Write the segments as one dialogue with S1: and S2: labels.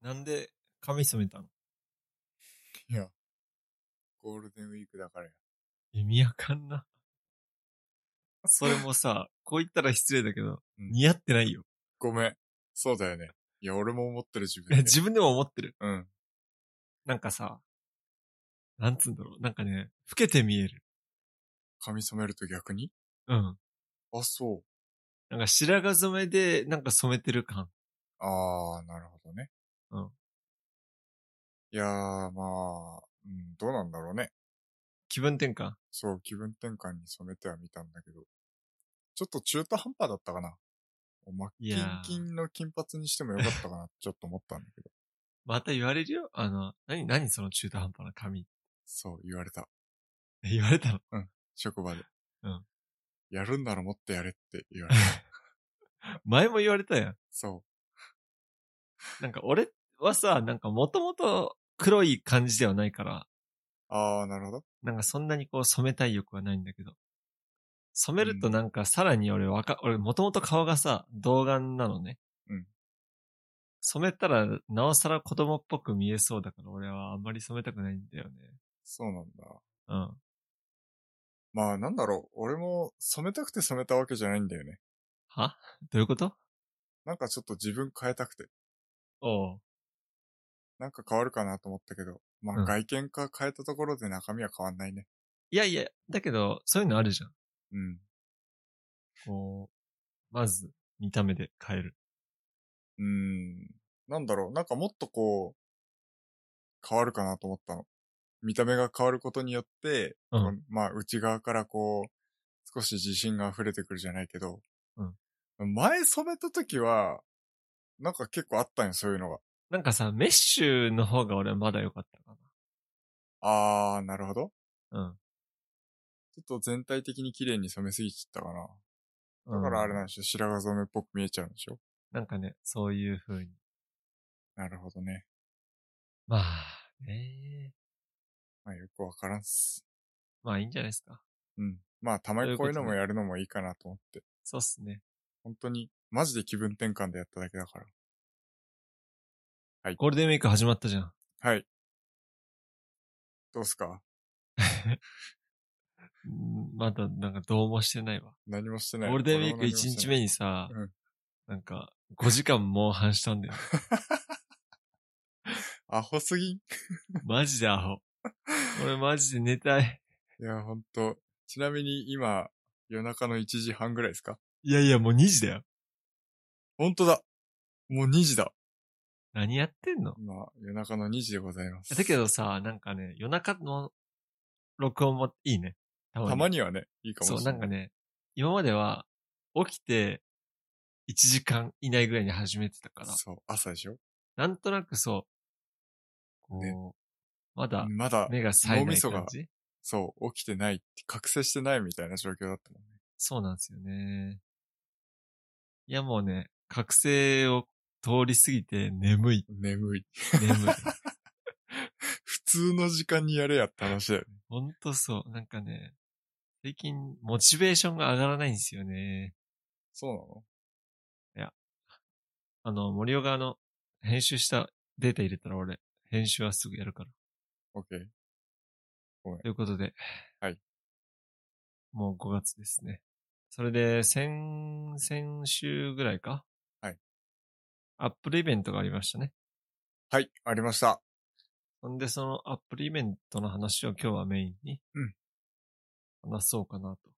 S1: なんで髪染めたの
S2: いや、ゴールデンウィークだからや。
S1: 意味わかんな。それもさ、こう言ったら失礼だけど、
S2: うん
S1: 似合ってないよ。
S2: ごめん。そうだよね。いや、俺も思ってる自分 で。
S1: 自分でも思ってる。
S2: うん。
S1: なんかさ、なんつうんだろう。なんかね、老けて見える。
S2: 髪染めると逆に
S1: うん。
S2: あ、そう。
S1: なんか白髪染めで、なんか染めてる感。
S2: あー、なるほどね。
S1: うん。
S2: いやー、まあ、うん、どうなんだろうね。
S1: 気分転換。
S2: そう、気分転換に染めてはみたんだけど。ちょっと中途半端だったかな。おま
S1: い
S2: キ
S1: や
S2: ン
S1: ー
S2: キンの金髪にしてもよか ったかな、ちょっと思ったんだけど。
S1: また言われるよ。あの、何、何その中途半端な髪。
S2: そう、言われた。
S1: 言われたの。
S2: 職場で。
S1: うん。
S2: やるんならもっとやれって 言われた。
S1: 前も言われたやん。
S2: そ
S1: なんか俺はさ、なんかもともと黒い感じではないから、
S2: う。あー、なるほど。
S1: なんかそんなにこう染めたい欲はないんだけど。染めるとなんかさらに俺わか、俺もともと顔がさ、童顔なのね。
S2: うん。
S1: 染めたらなおさら子供っぽく見えそうだから俺はあんまり染めたくないんだよね。
S2: そうなんだ。
S1: うん。
S2: まあなんだろう、俺も染めたくて染めたわけじゃないんだよね。
S1: はどういうこと
S2: なんかちょっと自分変えたくて、
S1: おう。
S2: なんか変わるかなと思ったけど、ま
S1: う
S2: あ
S1: ん
S2: 外見か変えたところで中身は変わんないね。
S1: いやいや、だけど、そういうのあるじゃん。
S2: うん。
S1: こう、まず、見た目で変える。
S2: うーん。なんだろう、なんかもっとこう、変わるかなと思ったの。見た目が変わることによって、
S1: うん
S2: こまあ内側からこう、少し自信が溢れてくるじゃないけど、前染めた時は、なんか結構あったんよ、そういうのが。
S1: なんかさ、メッシュの方が俺はまだ良かったか
S2: あー、なるほど。
S1: な。
S2: ちょっと全体的に綺麗に染めすぎちゃったかな。
S1: うん。
S2: だからあれ
S1: な。
S2: なんでしょ、白髪染めっぽく見えちゃうんでしょ
S1: なんかね、そういう風に。
S2: なるほどね。
S1: まあ、ね
S2: まあよくわからんっす。
S1: まあいいんじゃないですか。
S2: うん。まあたまにこういうのも
S1: と
S2: やるのもいいかなと思って。
S1: そうっすね。
S2: 本当に、マジで気分転換でやっただけだから。
S1: ゴールデンウィーク始まったじゃん。
S2: はい。どうすか
S1: うんまだなんかどうもしてないわ。
S2: 何もして
S1: ゴ
S2: ない。
S1: ールデンウィーク
S2: 俺も何もし
S1: 1
S2: てない
S1: 日目にさ、
S2: うん
S1: なんか5時間もう半した んだよ。
S2: アホすぎんい
S1: マジでアホ。俺マジで寝たい。
S2: や、ほんと。ちなみに今、夜中の1時半ぐらいですか
S1: いやいやもう2時だよ。
S2: ほんとだもう2時だ
S1: 何やってんの
S2: 今、夜中の2時でございます。
S1: だけどさ、なんかね、夜中の録音もいいね。た
S2: たまにはね、いいかもしれ
S1: そ
S2: な
S1: う、な
S2: い。
S1: んかね、今までは起きて1時間以内ぐらいに始めてたから、
S2: そう、朝でしょ
S1: なんとなくそう、こう、
S2: ね
S1: まだ
S2: まだ、
S1: 目が冴え
S2: 脳
S1: な
S2: み
S1: い
S2: そが
S1: 感じ
S2: そう、起きてないって、覚醒してないみたいな状況だったもんね。
S1: そうなんですよね。いやもうね、覚醒を通り過ぎて眠い、
S2: 眠い。
S1: 眠い。
S2: 普通の時間にやれやって話だよね。
S1: ほんとそう、なんかね、最近モチベーションが上がらないんですよね。
S2: そうなの
S1: あの、森尾側の編集したデータ入れたら俺、編集はすぐやるから。
S2: オッケー。
S1: ということで。
S2: はい。
S1: もう5月ですね。それで、先、先週ぐらいか
S2: はい。
S1: アップルイベントがありましたね。
S2: はい、ありました。
S1: ほんで、そのアップルイベントの話を今日はメインに。
S2: うん
S1: 話そうかなと。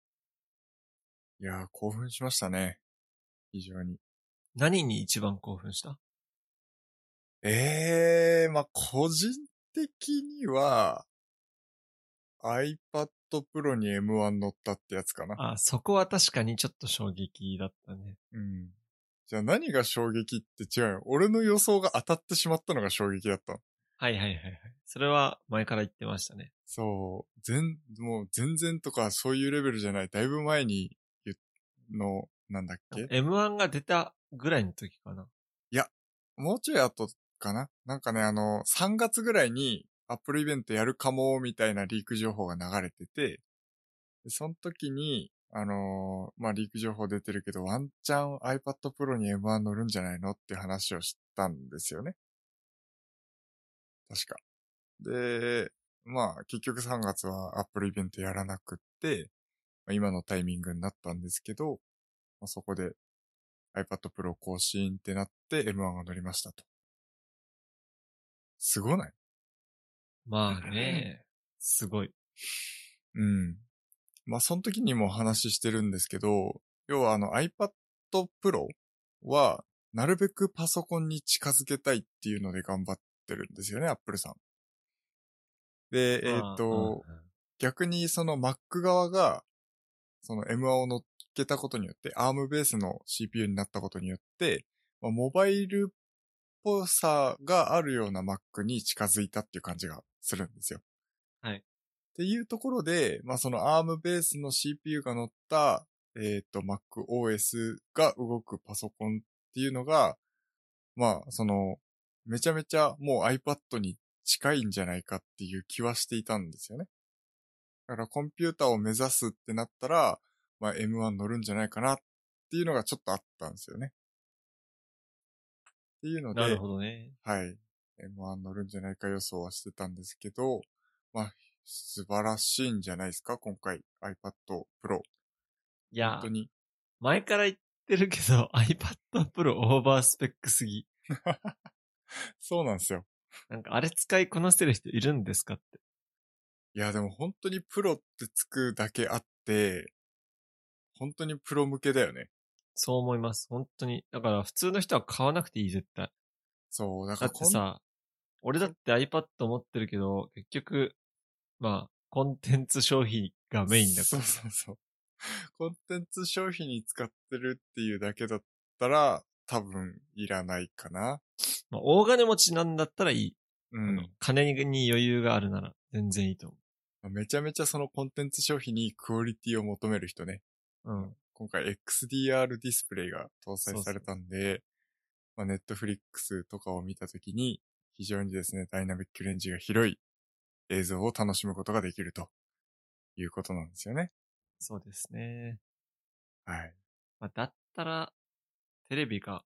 S2: いやー、興奮しましたね。非常に。
S1: 何に一番興奮した
S2: ええー、まあ、個人的には、iPad Pro に M1 乗ったってやつかな。
S1: あ、そこは確かにちょっと衝撃だったね。
S2: うん。じゃあ何が衝撃って違うよ。俺の予想が当たってしまったのが衝撃だったの。
S1: はいはいはいはい。それは前から言ってましたね。
S2: そう、全、もう全然とかそういうレベルじゃない。だいぶ前に言っ、の、なんだっけ
S1: M1 が出たぐらいの時かな。
S2: もうちょい後かななんかね、あの、3月ぐらいにアップルイベントやるかも、みたいなリーク情報が流れてて、でその時に、あのーまあ、リーク情報出てるけど、ワンチャン iPad Pro に M1 乗るんじゃないのっていう話をしたんですよね。確か。で、まあ、結局3月はアップルイベントやらなくって、まあ今のタイミングになったんですけど、まあ、そこで iPad Pro 更新ってなって M1 が乗りましたと。すごない
S1: まあ ね、すごい。
S2: うん。まあ、その時にも話してるんですけど、要はあの iPad Pro は、なるべくパソコンに近づけたいっていうので頑張ってるんですよね、Apple さん。で、えっ、
S1: まあ
S2: と、、
S1: うんうん
S2: 逆にその Mac 側が、その M1 を乗っけたことによって、ARM ベースの CPU になったことによって、まあ、モバイルっぽさがあるような Mac に近づいたっていう感じがするんですよ。
S1: はい
S2: っていうところで、まあ、その ARM ベースの CPU が乗った、えっ、と、MacOS が動くパソコンっていうのが、まあ、その、めちゃめちゃもう iPad に近いんじゃないかっていう気はしていたんですよね。だからコンピューターを目指すってなったら、まあ M1 乗るんじゃないかなっていうのがちょっとあったんですよね。っていうので、
S1: なるほどね。
S2: はい。M1 乗るんじゃないか予想はしてたんですけど、まあ、素晴らしいんじゃないですか今回 iPad Pro。
S1: いや
S2: 本当、に。
S1: 前から言ってるけど、iPad Pro オーバースペックすぎ。
S2: そうなんですよ。
S1: なんかあれ使いこなせる人いるんですかって。
S2: いや、でも本当にプロってつくだけあって、本当にプロ向けだよね。
S1: そう思います。本当に。だから普通の人は買わなくていい、絶対。
S2: そう、だか
S1: だっ
S2: ら
S1: てさ、俺だって iPad 持ってるけど、結局、まあ、コンテンツ消費がメインだか
S2: そう
S1: ら。
S2: そうそう。コンテンツ消費に使ってるっていうだけだったら、多分いらないかな。
S1: まあ、大金持ちなんだったらいい。
S2: う
S1: あの金に余裕があるなら、全然いいと思
S2: めちゃめちゃそのコンテンツ消費にクオリティを求める人ね。
S1: う。うん。
S2: 今回 XDR ディスプレイが搭載されたんで、まあ、ネットフリックスとかを見たときに、非常にですね、ダイナミックレンジが広い映像を楽しむことができるということなんですよね。
S1: そうですね。
S2: はい。
S1: まあ、だったら、テレビか、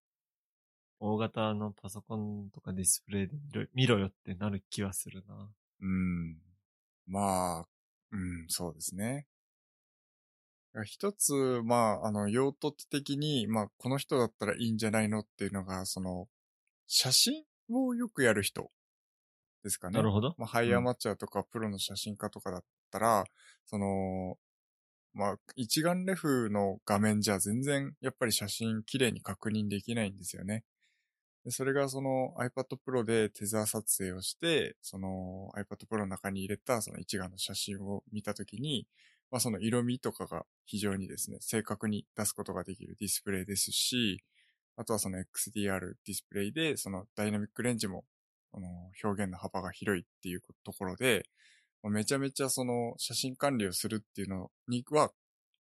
S1: 大型のパソコンとかディスプレイで見ろ見ろよってなる気はするな。
S2: うん。まあ、うん、そうですね。一つ、まあ、あの、用途的に、まあ、この人だったらいいんじゃないのっていうのが、その、写真をよくやる人ですかね。
S1: なるほど。
S2: まあ、ハイアマチュアとかプロの写真家とかだったら、その、まあ、一眼レフの画面じゃ全然やっぱり写真綺麗に確認できないんですよね。でそれがその iPad Pro でテザー撮影をして、その iPad Pro の中に入れたその一眼の写真を見たときに、まあその色味とかが非常にですね、正確に出すことができるディスプレイですし、あとはその XDR ディスプレイで、そのダイナミックレンジもあの、表現の幅が広いっていうところで、まあめちゃめちゃその写真管理をするっていうのには、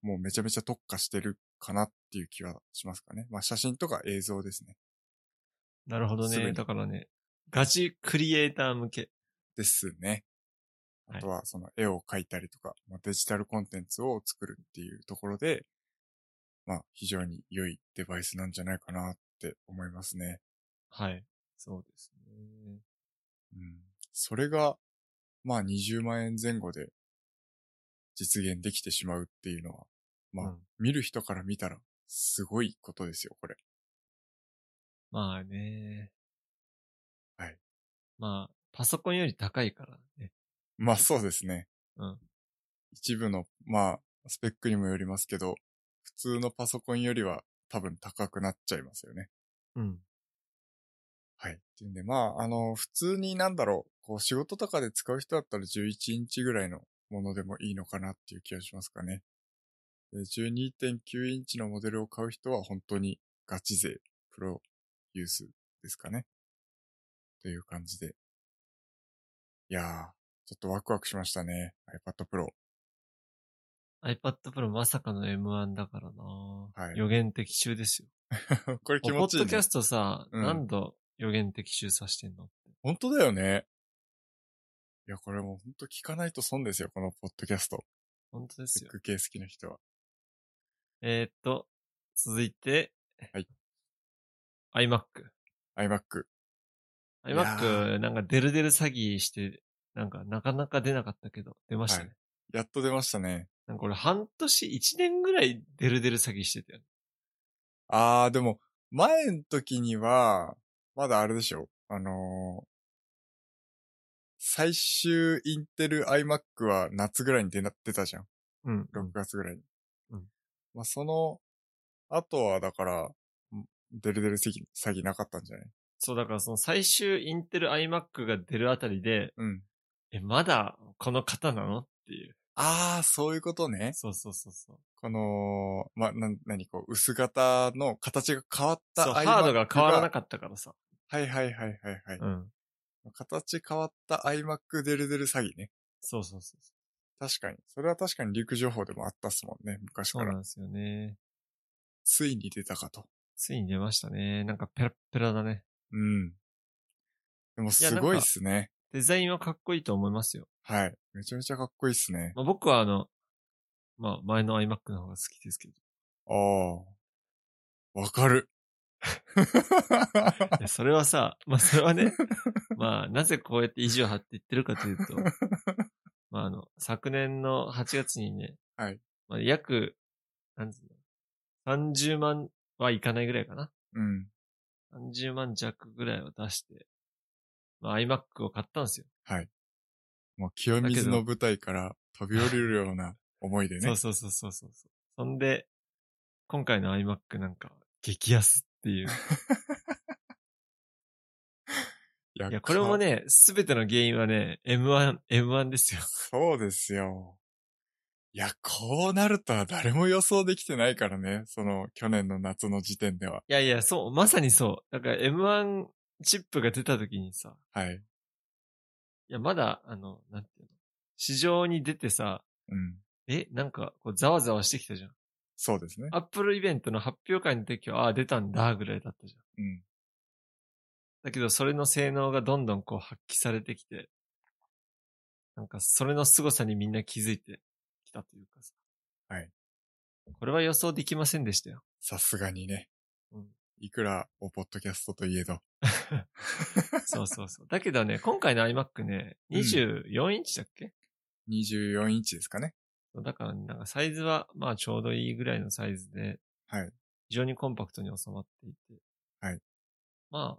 S2: もうめちゃめちゃ特化してるかなっていう気はしますかね。まあ写真とか映像ですね。
S1: なるほど
S2: すぐ
S1: ね。
S2: に
S1: だからね、ガチクリエイター向け。
S2: ですね。
S1: はい
S2: あとはその絵を描いたりとか、まあデジタルコンテンツを作るっていうところで、まあ非常に良いデバイスなんじゃないかなって思いますね。
S1: はい。そうですね。
S2: うん。それが、まあ20万円前後で実現できてしまうっていうのは、まあ、
S1: うん
S2: 見る人から見たらすごいことですよ、これ。
S1: まあね。
S2: はい。
S1: まあ、パソコンより高いからね。
S2: まあそうですね。
S1: うん。
S2: 一部の、まあ、スペックにもよりますけど、普通のパソコンよりは多分高くなっちゃいますよね。
S1: うん。
S2: はい。っていうんで、まあ、あの、普通になんだろう、こう仕事とかで使う人だったら11インチぐらいのものでもいいのかなっていう気がしますかね。で12.9インチのモデルを買う人は本当にガチ勢、プロユースですかね。という感じで。いやー、ちょっとワクワクしましたね。iPad Pro。
S1: iPad Pro まさかの M1 だからな。
S2: はい
S1: 予言的中ですよ。
S2: これ気
S1: ポ
S2: 持
S1: ッ
S2: ちいい、
S1: ドキ
S2: ね
S1: ャ。ストさ、
S2: うん
S1: 何度予言的中させてんの
S2: 本当だよね。いや、これもう本当聞かないと損ですよ、このポッドキャスト。
S1: 本当で
S2: テ
S1: す
S2: ッ
S1: よ。
S2: ク系好きな人は。
S1: えー、っと、続いて、
S2: はい。
S1: iMac。
S2: iMac。いや
S1: iMac
S2: ー
S1: なんかデルデル詐欺して、なんかなかなか出なかったけど、出ましたね。
S2: はやっと出ましたね。
S1: なんか俺半年、1年ぐらいデルデル詐欺してたよね。
S2: あー、でも、前の時には、まだあれでしょ。あのー最終インテル iMac は夏ぐらいに出な出たじゃん。
S1: うん。
S2: 6月ぐらいに。
S1: うん
S2: まあ、その、あとはだから、んデルデル詐欺詐欺なかったんじゃない
S1: そう、だからその最終インテル iMac が出るあたりで、
S2: うん。
S1: え、まだこの方なのっていう。
S2: あー、そういうことね。
S1: そうそうそうそう。
S2: この、ま、な、なにこう、薄型の形が変わった
S1: そう、
S2: iMac
S1: ハードが変わらなかったからさ。
S2: はいはいはいはいはい。
S1: うん。
S2: 形変わった iMac デルデル詐欺ね。
S1: そうそうそうそう。
S2: 確かに。それは確かに陸情報でもあったっすもんね、昔
S1: そ
S2: か
S1: うな
S2: ら。
S1: んですよね。
S2: ついに出たかと。
S1: ついに出ましたね。なんかペラッペラだね。
S2: うん。でもすごいっすね。
S1: デザインはかっこいいと思いますよ。
S2: はい。めちゃめちゃかっこいいっすね。
S1: まあ、僕はあの、まあ、前の iMac の方が好きです けど。
S2: ああ。わか る。
S1: いやそれはさ、まあ、それはね、まあ、なぜこうやって意地を張って言ってるかという と、まあ、あの、昨年の8月にね、
S2: はい。
S1: まあ、約、なんつうの、30万はいかないぐらいかな。
S2: うん。
S1: 30万弱ぐらいを出して、まあ、iMac を買ったんですよ。
S2: もう清水の舞台から飛び降りるような思いで
S1: そ
S2: ね
S1: う。そうそうそうそうそう。そんで、今回の iMac なんか、激安っていう。
S2: いや
S1: いや、これも。ね、すべての原因はね、M1、M1 ですよ。
S2: そうですよ。いや、こうなるとは誰も予想できてないからね。その、去年の夏の時点では。
S1: いやいや、そう、まさにそう。だから M1 チップが出た時にさ、
S2: はい。
S1: いや、まだ、あの、なんていうの、市場に出てさ、
S2: うん。
S1: え、なんか、こう、ざわざわしてきたじゃん。
S2: そうですね。
S1: アップルイベントの発表会の時は、ああー、出たんだ、ぐらいだったじゃん。
S2: うん。
S1: だけど、それの性能がどんどんこう、発揮されてきて、なんか、それの凄さにみんな気づいてきたというかさ。
S2: はい。
S1: これは予想できませんでしたよ。
S2: さすがにね。
S1: うん
S2: いくら、おポッドキャストといえど。
S1: そうそうそう。だけどね、今回の iMac ね、24インチだっけ、
S2: 24インチですかね。
S1: だから、ね、なんかサイズは、まあちょうどいいぐらいのサイズで、
S2: はい。
S1: 非常にコンパクトに収まっていて。
S2: はい。
S1: まあ、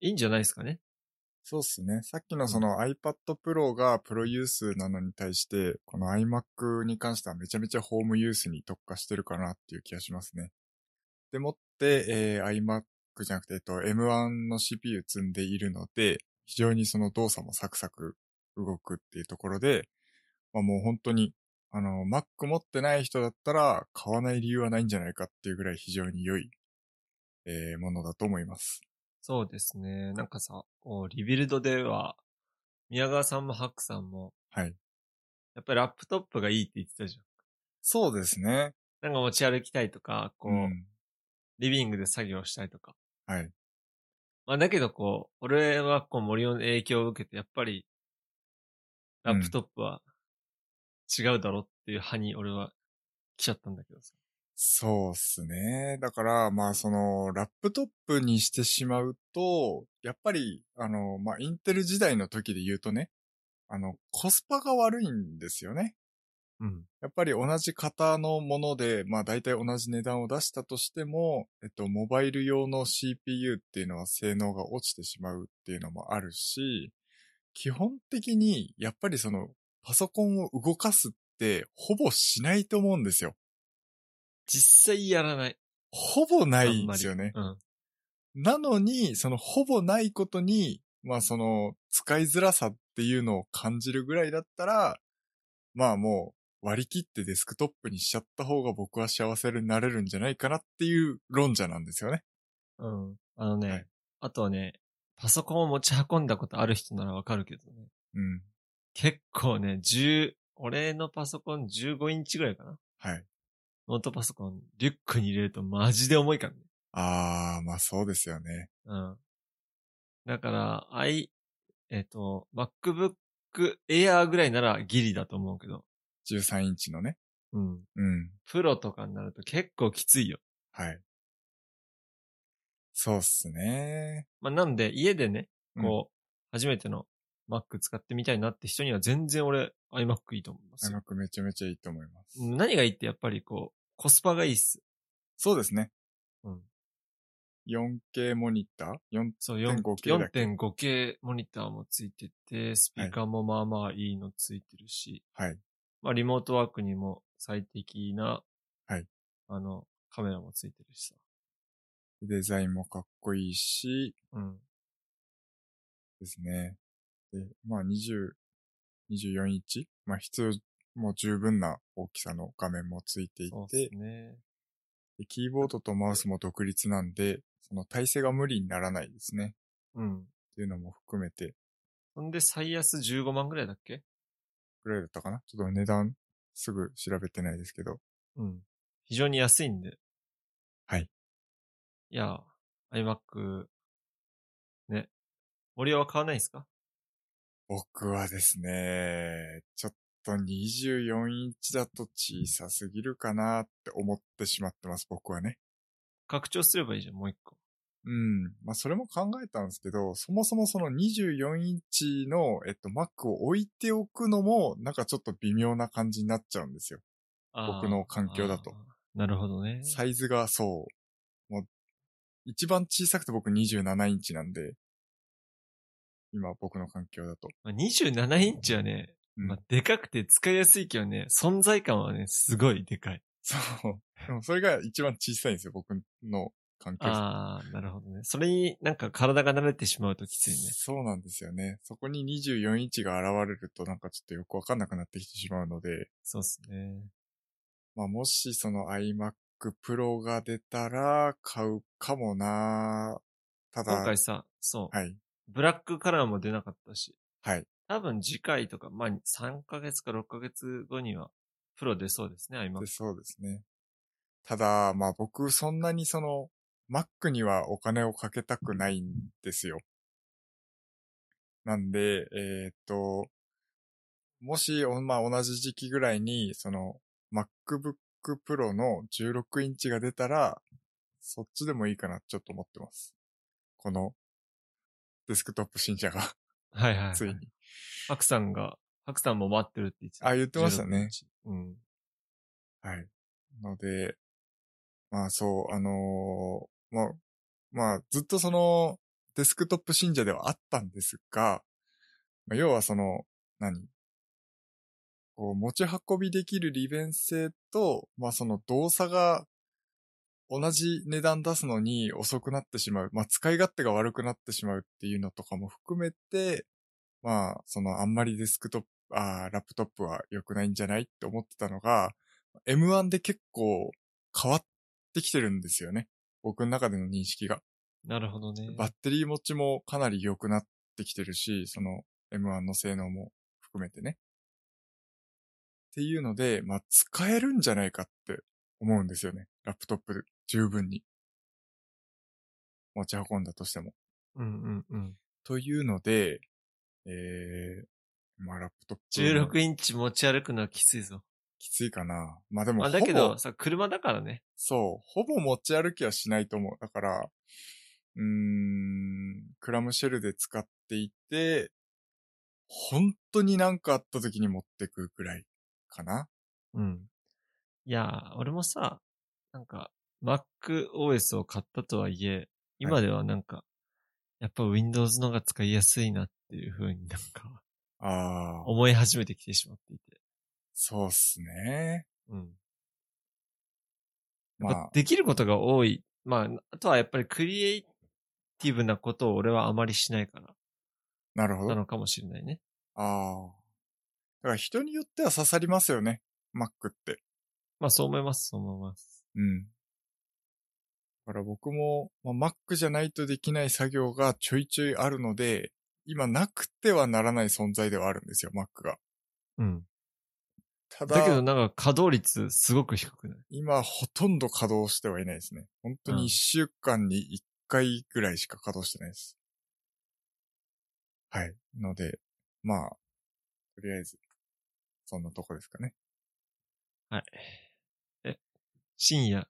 S1: いいんじゃないですかね。
S2: そうっすね。さっきのその iPad Pro がプロユースなのに対して、この iMac に関してはめちゃめちゃホームユースに特化してるかなっていう気がしますね。でもって、えー iMac じゃなくて、えっと、M1 の CPU 積んでいるので、非常にその動作もサクサク動くっていうところで、まあ、もう本当に、あの、Mac 持ってない人だったら買わない理由はないんじゃないかっていうぐらい非常に良い、えーものだと思います。
S1: そうですね。なんかさ、こうリビルドでは、宮川さんもハックさんも、
S2: はい。
S1: やっぱりラップトップがいいって言ってたじゃん。
S2: そうですね。
S1: なんか持ち歩きたいとか、こう、
S2: うん。
S1: リビングで作業したいとか。
S2: はい。
S1: まあだけどこう、俺はこう森尾の影響を受けて、やっぱり、ラップトップは違うだろっていう派に俺は来ちゃったんだけどさ。
S2: そうっすね。だから、まあ、その、ラップトップにしてしまうと、やっぱり、あの、まあ、インテル時代の時で言うとね、あの、コスパが悪いんですよね。
S1: うん。
S2: やっぱり同じ型のもので、まあ、大体同じ値段を出したとしても、えっと、モバイル用の CPU っていうのは性能が落ちてしまうっていうのもあるし、基本的に、やっぱりその、パソコンを動かすって、ほぼしないと思うんですよ。
S1: 実際やらない。
S2: ほぼない
S1: あん
S2: ん
S1: まり
S2: ですよね。
S1: うん。
S2: なのに、そのほぼないことに、まあその使いづらさっていうのを感じるぐらいだったら、まあもう割り切ってデスクトップにしちゃった方が僕は幸せになれるんじゃないかなっていう論者なんですよね。
S1: うん。あのね、
S2: はい
S1: あとはね、パソコンを持ち運んだことある人ならわかるけどね。
S2: うん。
S1: 結構ね、10、俺のパソコン15インチぐらいかな。
S2: はい。
S1: ノートパソコン、リュックに入れるとマジで重いからね。
S2: あー、まあそうですよね。
S1: うん。だから、i、えっ、と、MacBook Air ぐらいならギリだと思うけど、
S2: 13インチのね。
S1: うん。
S2: うん。
S1: プロとかになると結構きついよ。
S2: はい。そうっすね。
S1: まあ、なんで、家でね、こう、初めての Mac 使ってみたいなって人には全然俺 iMac いいと思いますよ。
S2: iMac めちゃめちゃいいと思います。
S1: 何がいいってやっぱりこう、コスパがいいっす。
S2: そうですね。
S1: うん。
S2: 4K モニター ?4、
S1: そう、
S2: 4.5K だっけ
S1: 4.5K モニターもついてて、スピーカーもまあまあいいのついてるし、
S2: はい。
S1: まあリモートワークにも最適な、
S2: はい。
S1: あの、カメラもついてるしさ。
S2: デザインもかっこいいし、
S1: うん。
S2: ですね。で、まあ20、24インチまあ必要もう十分な大きさの画面もついてい
S1: そうで、
S2: て
S1: すね。
S2: でキーボードとマウスも独立なんで、その体勢が無理にならないですね。
S1: うん。
S2: っていうのも含めて、
S1: ほんで最安15万ぐらいだっけ
S2: くらいだったかなちょっと値段すぐ調べてないですけど。
S1: うん。非常に安いんで。
S2: はい。
S1: いや、iMac、ね。森尾は買わないんすか
S2: 僕はですね、ちょっと24インチだと小さすぎるかなって思ってしまってます、僕はね。
S1: 拡張すればいいじゃん、もう一個。
S2: うん。まあ、それも考えたんですけど、そもそもその24インチの、えっと、Mac を置いておくのも、なんかちょっと微妙な感じになっちゃうんですよ。
S1: あー
S2: 僕の環境だと。
S1: あーなるほどね。
S2: サイズがそう。もう、一番小さくて僕27インチなんで、今僕の環境だと。
S1: まあ27インチはね、
S2: うん
S1: まあ、でかくて使いやすいけどね、存在感はね、すごいでかい。
S2: そう。でもそれが一番小さいんですよ、僕の環境。
S1: ああ、なるほどね。それになんか体が慣れてしまうときついね。
S2: そうなんですよね。そこに24インチが現れるとなんかちょっとよくわかんなくなってきてしまうので、
S1: そうっすね。
S2: まあもしその iMac Pro が出たら買うかもなただ、
S1: 今回さ、そう、
S2: はい。
S1: ブラックカラーも出なかったし、
S2: はい。
S1: 多分次回とか、まあ、3ヶ月か6ヶ月後には、プロ出そうですね、今
S2: で。そうですね。ただ、まあ僕そんなにその Mac にはお金をかけたくないんですよ。なんで、えーっと、もし、おまあ同じ時期ぐらいに、その MacBook Pro の16インチが出たら、そっちでもいいかな、ちょっと思ってます。この、デスクトップ新車が、
S1: はいはい、はい。
S2: ついに。
S1: 白さんが、白さんも待ってるって言ってた。
S2: あ、言ってましたね。
S1: うん。
S2: はい。ので、まあそう、あのーまあ、まあずっとそのデスクトップ信者ではあったんですが、まあ、要はその、何こう持ち運びできる利便性と、まあその動作が同じ値段出すのに遅くなってしまう。まあ使い勝手が悪くなってしまうっていうのとかも含めて、まあそのあんまりデスクトップ、あーラップトップは良くないんじゃないって思ってたのが、M1 で結構変わってきてるんですよね。僕の中での認識が。
S1: なるほどね。
S2: バッテリー持ちもかなり良くなってきてるし、その M1 の性能も含めてね。っていうので、まあ使えるんじゃないかって思うんですよね。ラップトップで十分に。持ち運んだとしても。
S1: うんうんうん。
S2: というので、えー、まあラップトップ。
S1: 16インチ持ち歩くのはきついぞ。
S2: きついかな。まあでも
S1: まあ、
S2: ほぼ、
S1: だけどさ、車だからね。
S2: そう、ほぼ持ち歩きはしないと思う。だから、うーん、クラムシェルで使っていて、本当になんかあった時に持ってくぐらいかな。
S1: うん。いやー、俺もさ、なんか、MacOS を買ったとはいえ、今ではなんか、やっぱ Windows の方が使いやすいなっていう風になんか、
S2: ああ、
S1: 思い始めてきてしまっていて。
S2: そうっすね。
S1: うん。
S2: ま
S1: やっぱ
S2: あ、
S1: できることが多い。まあ、あとはやっぱりクリエイティブなことを俺はあまりしないから、
S2: なるほ
S1: な
S2: ど。あ
S1: のかもしれないね。
S2: あ。だから人によっては刺さりますよね。Mac って。
S1: まあそう思います、そう思います。
S2: うん。だから僕も、まあ、Mac じゃないとできない作業がちょいちょいあるので、今なくてはならない存在ではあるんですよ、Mac が。
S1: うん。
S2: ただ、
S1: だけどなんか稼働率すごく低くない
S2: 今ほとんど稼働してはいないですね。本当
S1: うん
S2: に一週間に一回ぐらいしか稼働してないです。はい。ので、まあ、とりあえず、そんなとこですかね。
S1: はい。え、深夜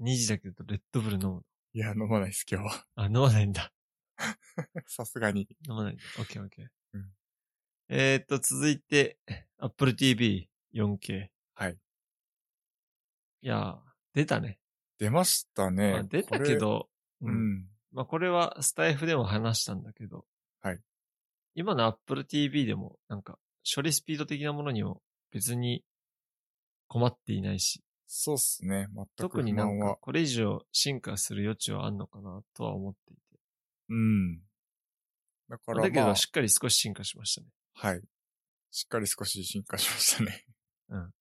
S1: 2時だけどレッドブル飲むの
S2: いや、飲まないです、今日は。
S1: あ、飲まないんだ。
S2: さすがに。
S1: 飲まないんだ。オッケーオッケー。
S2: うん
S1: えーっと、続いて、Apple TV4K。
S2: はい。
S1: いやー、出たね。
S2: 出ましたね。
S1: まあ、出たけど、
S2: これ。う。ん。
S1: まあ、これはスタイフでも話したんだけど。
S2: はい。
S1: 今の Apple TV でも、なんか、処理スピード的なものにも別に困っていないし、
S2: そうっすね。全く
S1: 特
S2: 不
S1: にな
S2: 満
S1: んか
S2: は。、
S1: これ以上進化する余地はあんのかなとは思っていて。
S2: うん。だから、
S1: だけ
S2: ま
S1: ど、
S2: あ
S1: しっかり少し進化しま したね。
S2: はい。しっかり少し進化しましたね。
S1: うん。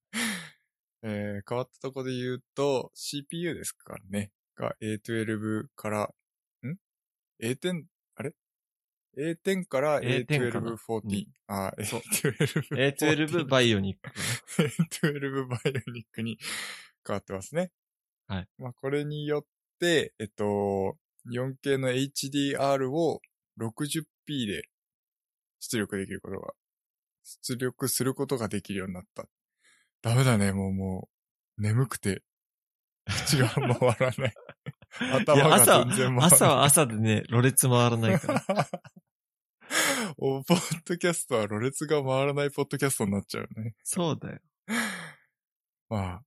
S2: えー、変わったとこで言うと、CPU ですかね。が A12 から、ん ?A10、あれ ?A10 から
S1: A10 かな
S2: A1240。あー、
S1: そう
S2: A12。
S1: A12 バイオニック。
S2: 12バイオニックに変わってますね。
S1: はい。
S2: まあ、これによって、えっと、4K の HDR を 60p で出力できることが、出力することができるようになった。ダメだね、もうもう、眠くて、口が回ら ない。頭
S1: いや
S2: が
S1: 朝は
S2: 全然回らない。
S1: 朝は朝でね、ろれつ回らないから。
S2: お、ポッドキャストはろれつが回らないポッドキャストになっちゃうね。
S1: そうだよ。
S2: まあ、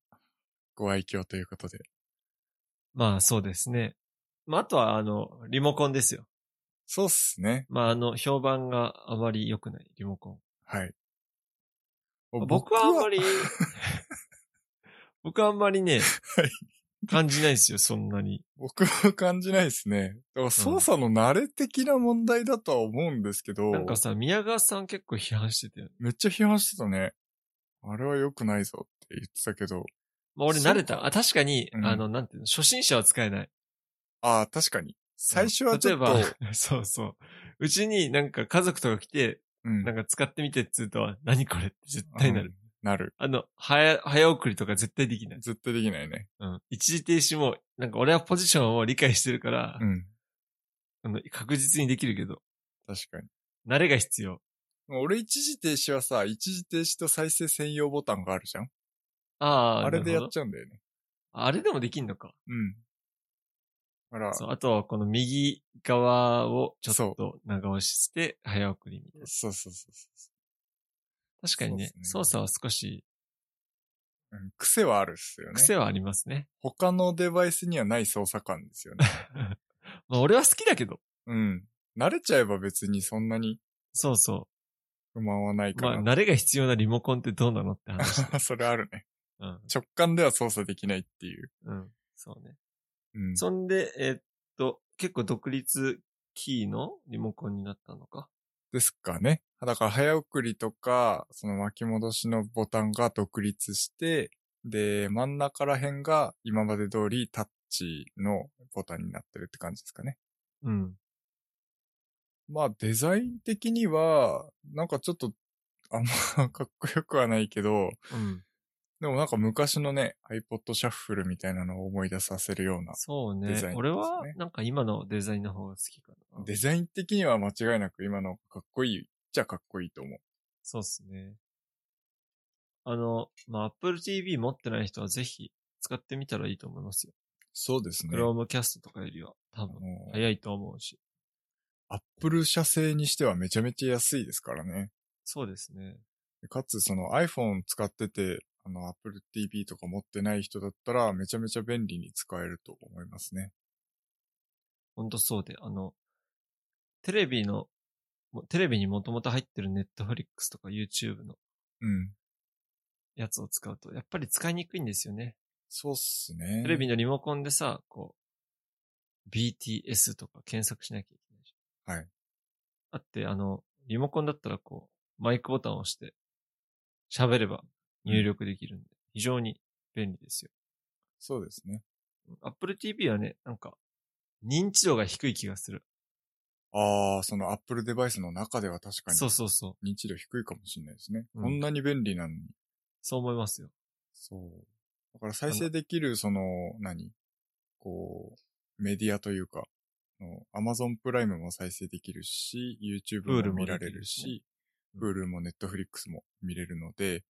S2: ご愛嬌ということで。
S1: まあ、そうですね。まあ、あとは、あの、リモコンですよ。
S2: そうっすね。
S1: まあ、あの、評判があまり良くない、リモコン。
S2: はい。、
S1: 僕はあんまり僕はあんまりね
S2: はい、
S1: 感じないですよ、そんなに。
S2: 僕は感じないですね。だから操作の慣れ的な問題だとは思うんですけど、
S1: なんかさ、宮川さん結構批判してたよね。
S2: めっちゃ批判してたね。あれは良くないぞって言ってたけど、
S1: まあ、俺慣れた。あ、確かに、
S2: うん
S1: あの、なんていうの、初心者は使えない。
S2: ああ、確かに。最初はちょっと、
S1: 例えば、 そうそう。うちになんか家族とか来て、
S2: うん
S1: なんか使ってみてっつうと、何これって絶対なる。
S2: うんなる。
S1: あの、早、早送りとか絶対できない。
S2: 絶対できないね。
S1: うん。一時停止も、なんか俺はポジションを理解してるから、
S2: うん。
S1: あの確実にできるけど、
S2: 確かに。
S1: 慣れが必要。
S2: 俺一時停止はさ、一時停止と再生専用ボタンがあるじゃん
S1: ああ、
S2: あれでや
S1: なるほ
S2: っ
S1: ど
S2: ちゃうんだよね。
S1: あれでもできんのか。
S2: うん。だから、
S1: そう。あとはこの右側をちょっ
S2: そ
S1: と長押しして、早送りみたいな。
S2: そうそうそうそうそ
S1: 確かにね
S2: そうっす
S1: 操
S2: ね
S1: 作は少し
S2: う、うん癖はあるっすよね。
S1: 癖はありますね。
S2: 他のデバイスにはない操作感です よね。
S1: まあ俺は好きだけど。
S2: うん。慣れちゃえば別にそんなに
S1: そうそ。
S2: 不満はないうか
S1: ま
S2: ら
S1: あ、。慣れが必要なリモコンってどうなのって 話。
S2: それあるね。
S1: うん。
S2: 直感では操作できないっていう。
S1: うん。そうね。
S2: うん。
S1: そんで、えっと、結構独立キーのリモコンになったのか。
S2: ですかね。だから早送りとか、その巻き戻しのボタンが独立して、で、真ん中ら辺が今まで通りタッチのボタンになってるって感じですかね。
S1: うん。
S2: まあデザイン的には、なんかちょっと、あんま かっこよくはないけど、
S1: うん。
S2: でもなんか昔のね、iPod シャッフルみたいなのを思い出させるような。
S1: そうね。
S2: デザインですね
S1: 俺は、なんか今のデザインの方が好きかな。
S2: デザイン的には間違いなく今のかっこいいじゃかっこいいと思う。
S1: そうっすね。あの、まあ、Apple TV 持ってない人はぜひ使ってみたらいいと思いますよ。
S2: そうですね。
S1: Chromecast とかよりは多分早いと思うし。
S2: アップル社製にしてはめちゃめちゃ安いですからね。
S1: そうですね。
S2: かつその iPhone 使ってて、あの Apple TV とか持ってない人だったらめちゃめちゃ便利に使えると思いますね。
S1: ほんとそうで、あの、テレビの、もテレビにもともと入ってる Netflix とか YouTube の
S2: うん。
S1: やつを使うと、やっぱり使いにくいんですよね。
S2: そうっすね。
S1: テレビのリモコンでさ、こう、BTS とか検索しなきゃいけないし。
S2: はい。
S1: あって、あの、リモコンだったらこう、マイクボタンを押して、喋れば入力できるんで、非常に便利ですよ。
S2: そうですね。
S1: Apple TV はね、なんか、認知度が低い気がする。
S2: ああ、その Apple デバイスの中では確かに
S1: そうそうそう。
S2: 認知度低いかもしれないですね。
S1: うん
S2: こんなに便利なのに。
S1: そう思いますよ。
S2: そう。だから再生できる、その、何こう、メディアというか、あの Amazon プライムも再生できるし、YouTube
S1: Hulu
S2: も
S1: も
S2: 見られる
S1: で
S2: し、
S1: きる
S2: Hulu も Netflix も見れるので、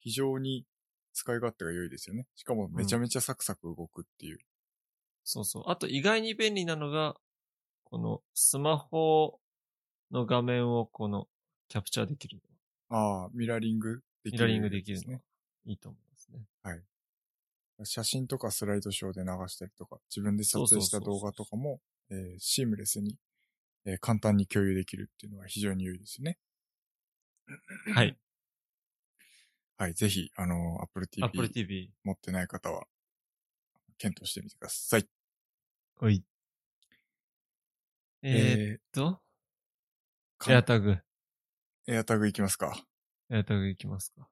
S2: 非常に使い勝手が良いですよね。しかもめちゃめちゃサクサク動くっていう。
S1: そうそう。あと意外に便利なのが、このスマホの画面をこのキャプチャーできるの
S2: ああ、ミラーリングで
S1: ミラーリングできる
S2: です
S1: のがいいと思いますね。
S2: 写真とかスライドショーで流したりとか、自分で撮影し
S1: そ
S2: た
S1: うそうそうそう
S2: 動画とかも、えーシームレスに、えー簡単に共有できるっていうのは非常に良いですね。
S1: はい。
S2: はい、ぜひ、あの、Apple TV
S1: Apple TV。
S2: 持ってない方は、検討してみてください。
S1: はい。えー、っ
S2: え
S1: と、
S2: ー
S1: エアタグ。
S2: エアタグいきますか。
S1: エアタグいきますか。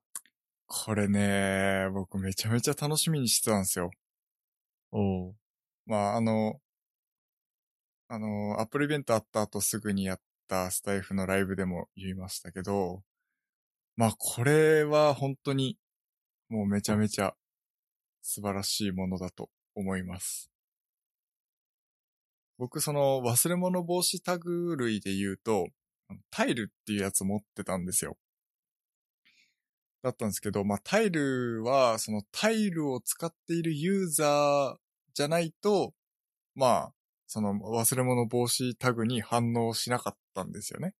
S2: これね、僕めちゃめちゃ楽しみにしてたんですよ。
S1: おー。
S2: まあ、あの、あの、アップルイベントあった後すぐにやったスタイフのライブでも言いましたけど、まあ、これは本当に、もうめちゃめちゃ素晴らしいものだと思います。僕、その忘れ物防止タグ類で言うと、タイルっていうやつ持ってたんですよ。だったんですけど、まあ、タイルは、そのタイルを使っているユーザーじゃないと、まあ、その忘れ物防止タグに反応しなかったんですよね。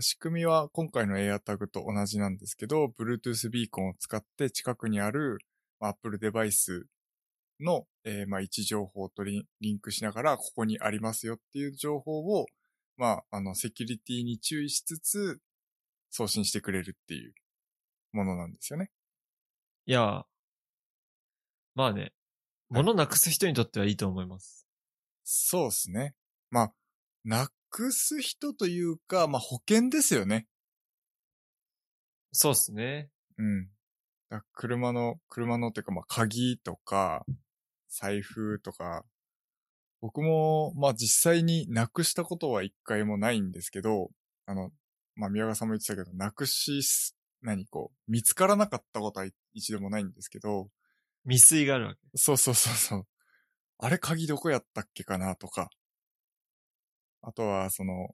S2: 仕組みは今回の Air タグと同じなんですけど、Bluetooth ビーコンを使って近くにあるまあ Apple デバイスの、えーまあ、位置情報とリンリンクしながら、ここにありますよっていう情報を、まあ、あの、セキュリティに注意しつつ、送信してくれるっていうものなんですよね。
S1: いやー、まあね、物なくす人にとってはいいと思います。
S2: そうですね。まあ、なくす人というか、まあ保険ですよね。
S1: そうっすね。
S2: うん。だ車の、車のっていうか、まあ鍵とか、財布とか、僕も、まあ実際になくしたことは一回もないんですけど、あの、まあ宮川さんも言ってたけど、なくしす、何こう、見つからなかったことは一度もないんですけど、
S1: 未遂があるわけ。
S2: そうそうそうそう。あれ鍵どこやったっけかなとか。あとは、その、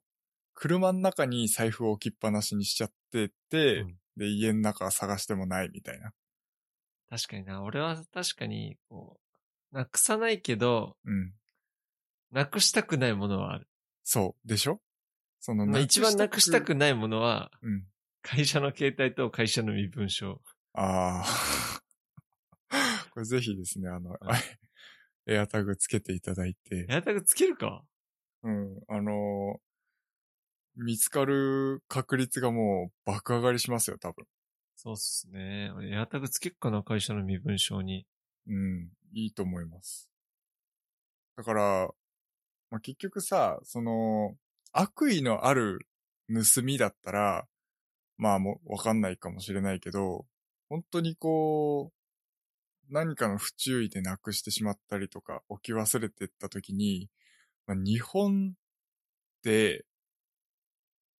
S2: 車の中に財布を置きっぱなしにしちゃってて、
S1: うん
S2: で、家の中探してもないみたいな。
S1: 確かにな、俺は確かに、こう、なくさないけど、
S2: うん。
S1: なくしたくないものはある。
S2: そう。でしょその、
S1: まあ一番なくしたくないものは、
S2: うん。
S1: 会社の携帯と会社の身分証。
S2: あ あ。これぜひですね、あの、あ エアタグつけていただいて。
S1: エアタグつけるか
S2: うん。あのー見つかる確率がもう爆上がりしますよ、多分。
S1: そうっすね。俺エアタグつけっかな、会社の身分証に。
S2: うん、いいと思います。だから、まあ、結局さ、その、悪意のある盗みだったら、まあもうわかんないかもしれないけど、本当にこう、何かの不注意でなくしてしまったりとか、置き忘れてった時に、まあ、日本で、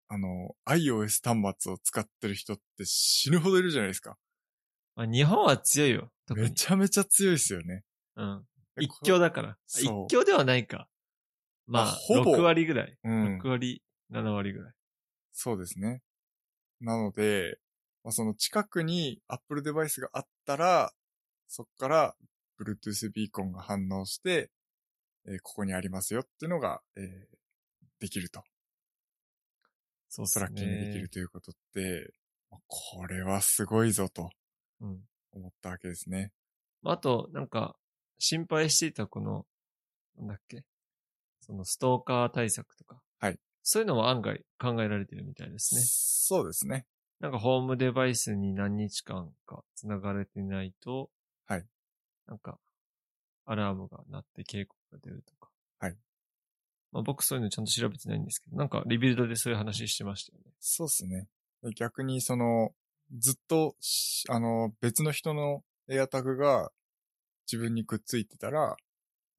S2: あの、iOS 端末を使ってる人って死ぬほどいるじゃないですか。
S1: まあ日本は強いよ。特
S2: め
S1: に。
S2: ちゃめちゃ強いですよね。
S1: うん。
S2: で
S1: 一強だから。あ一
S2: そう
S1: 強ではないか。まあ、
S2: まあほぼ
S1: 6割ぐらい。
S2: うん
S1: 6。割、7割ぐらい。
S2: そうですね。なので、まあ、その近くに Apple デバイスがあったら、そこから Bluetooth ビーコンが反応して、えーここにありますよっていうのが、えーできると。
S1: そうっす
S2: ト
S1: ね。
S2: ラッキングできるということって、まあこれはすごいぞと
S1: うん。
S2: 思ったわけですね。
S1: あと、なんか、心配していたこの、なんだっけ、そのストーカー対策とか。
S2: はい。
S1: そういうのも案外考えられてるみたいですね。
S2: そうですね。
S1: なんかホームデバイスに何日間か繋がれてないと、
S2: はい。
S1: なんか、アラームが鳴って警告が出るとか。
S2: はい。
S1: まあ僕そういうのちゃんと調べてないんですけど、なんかリビルドでそういう話してましたよね。
S2: そうですね。逆にその、ずっとし、あの、別の人のエアタグが自分にくっついてたら、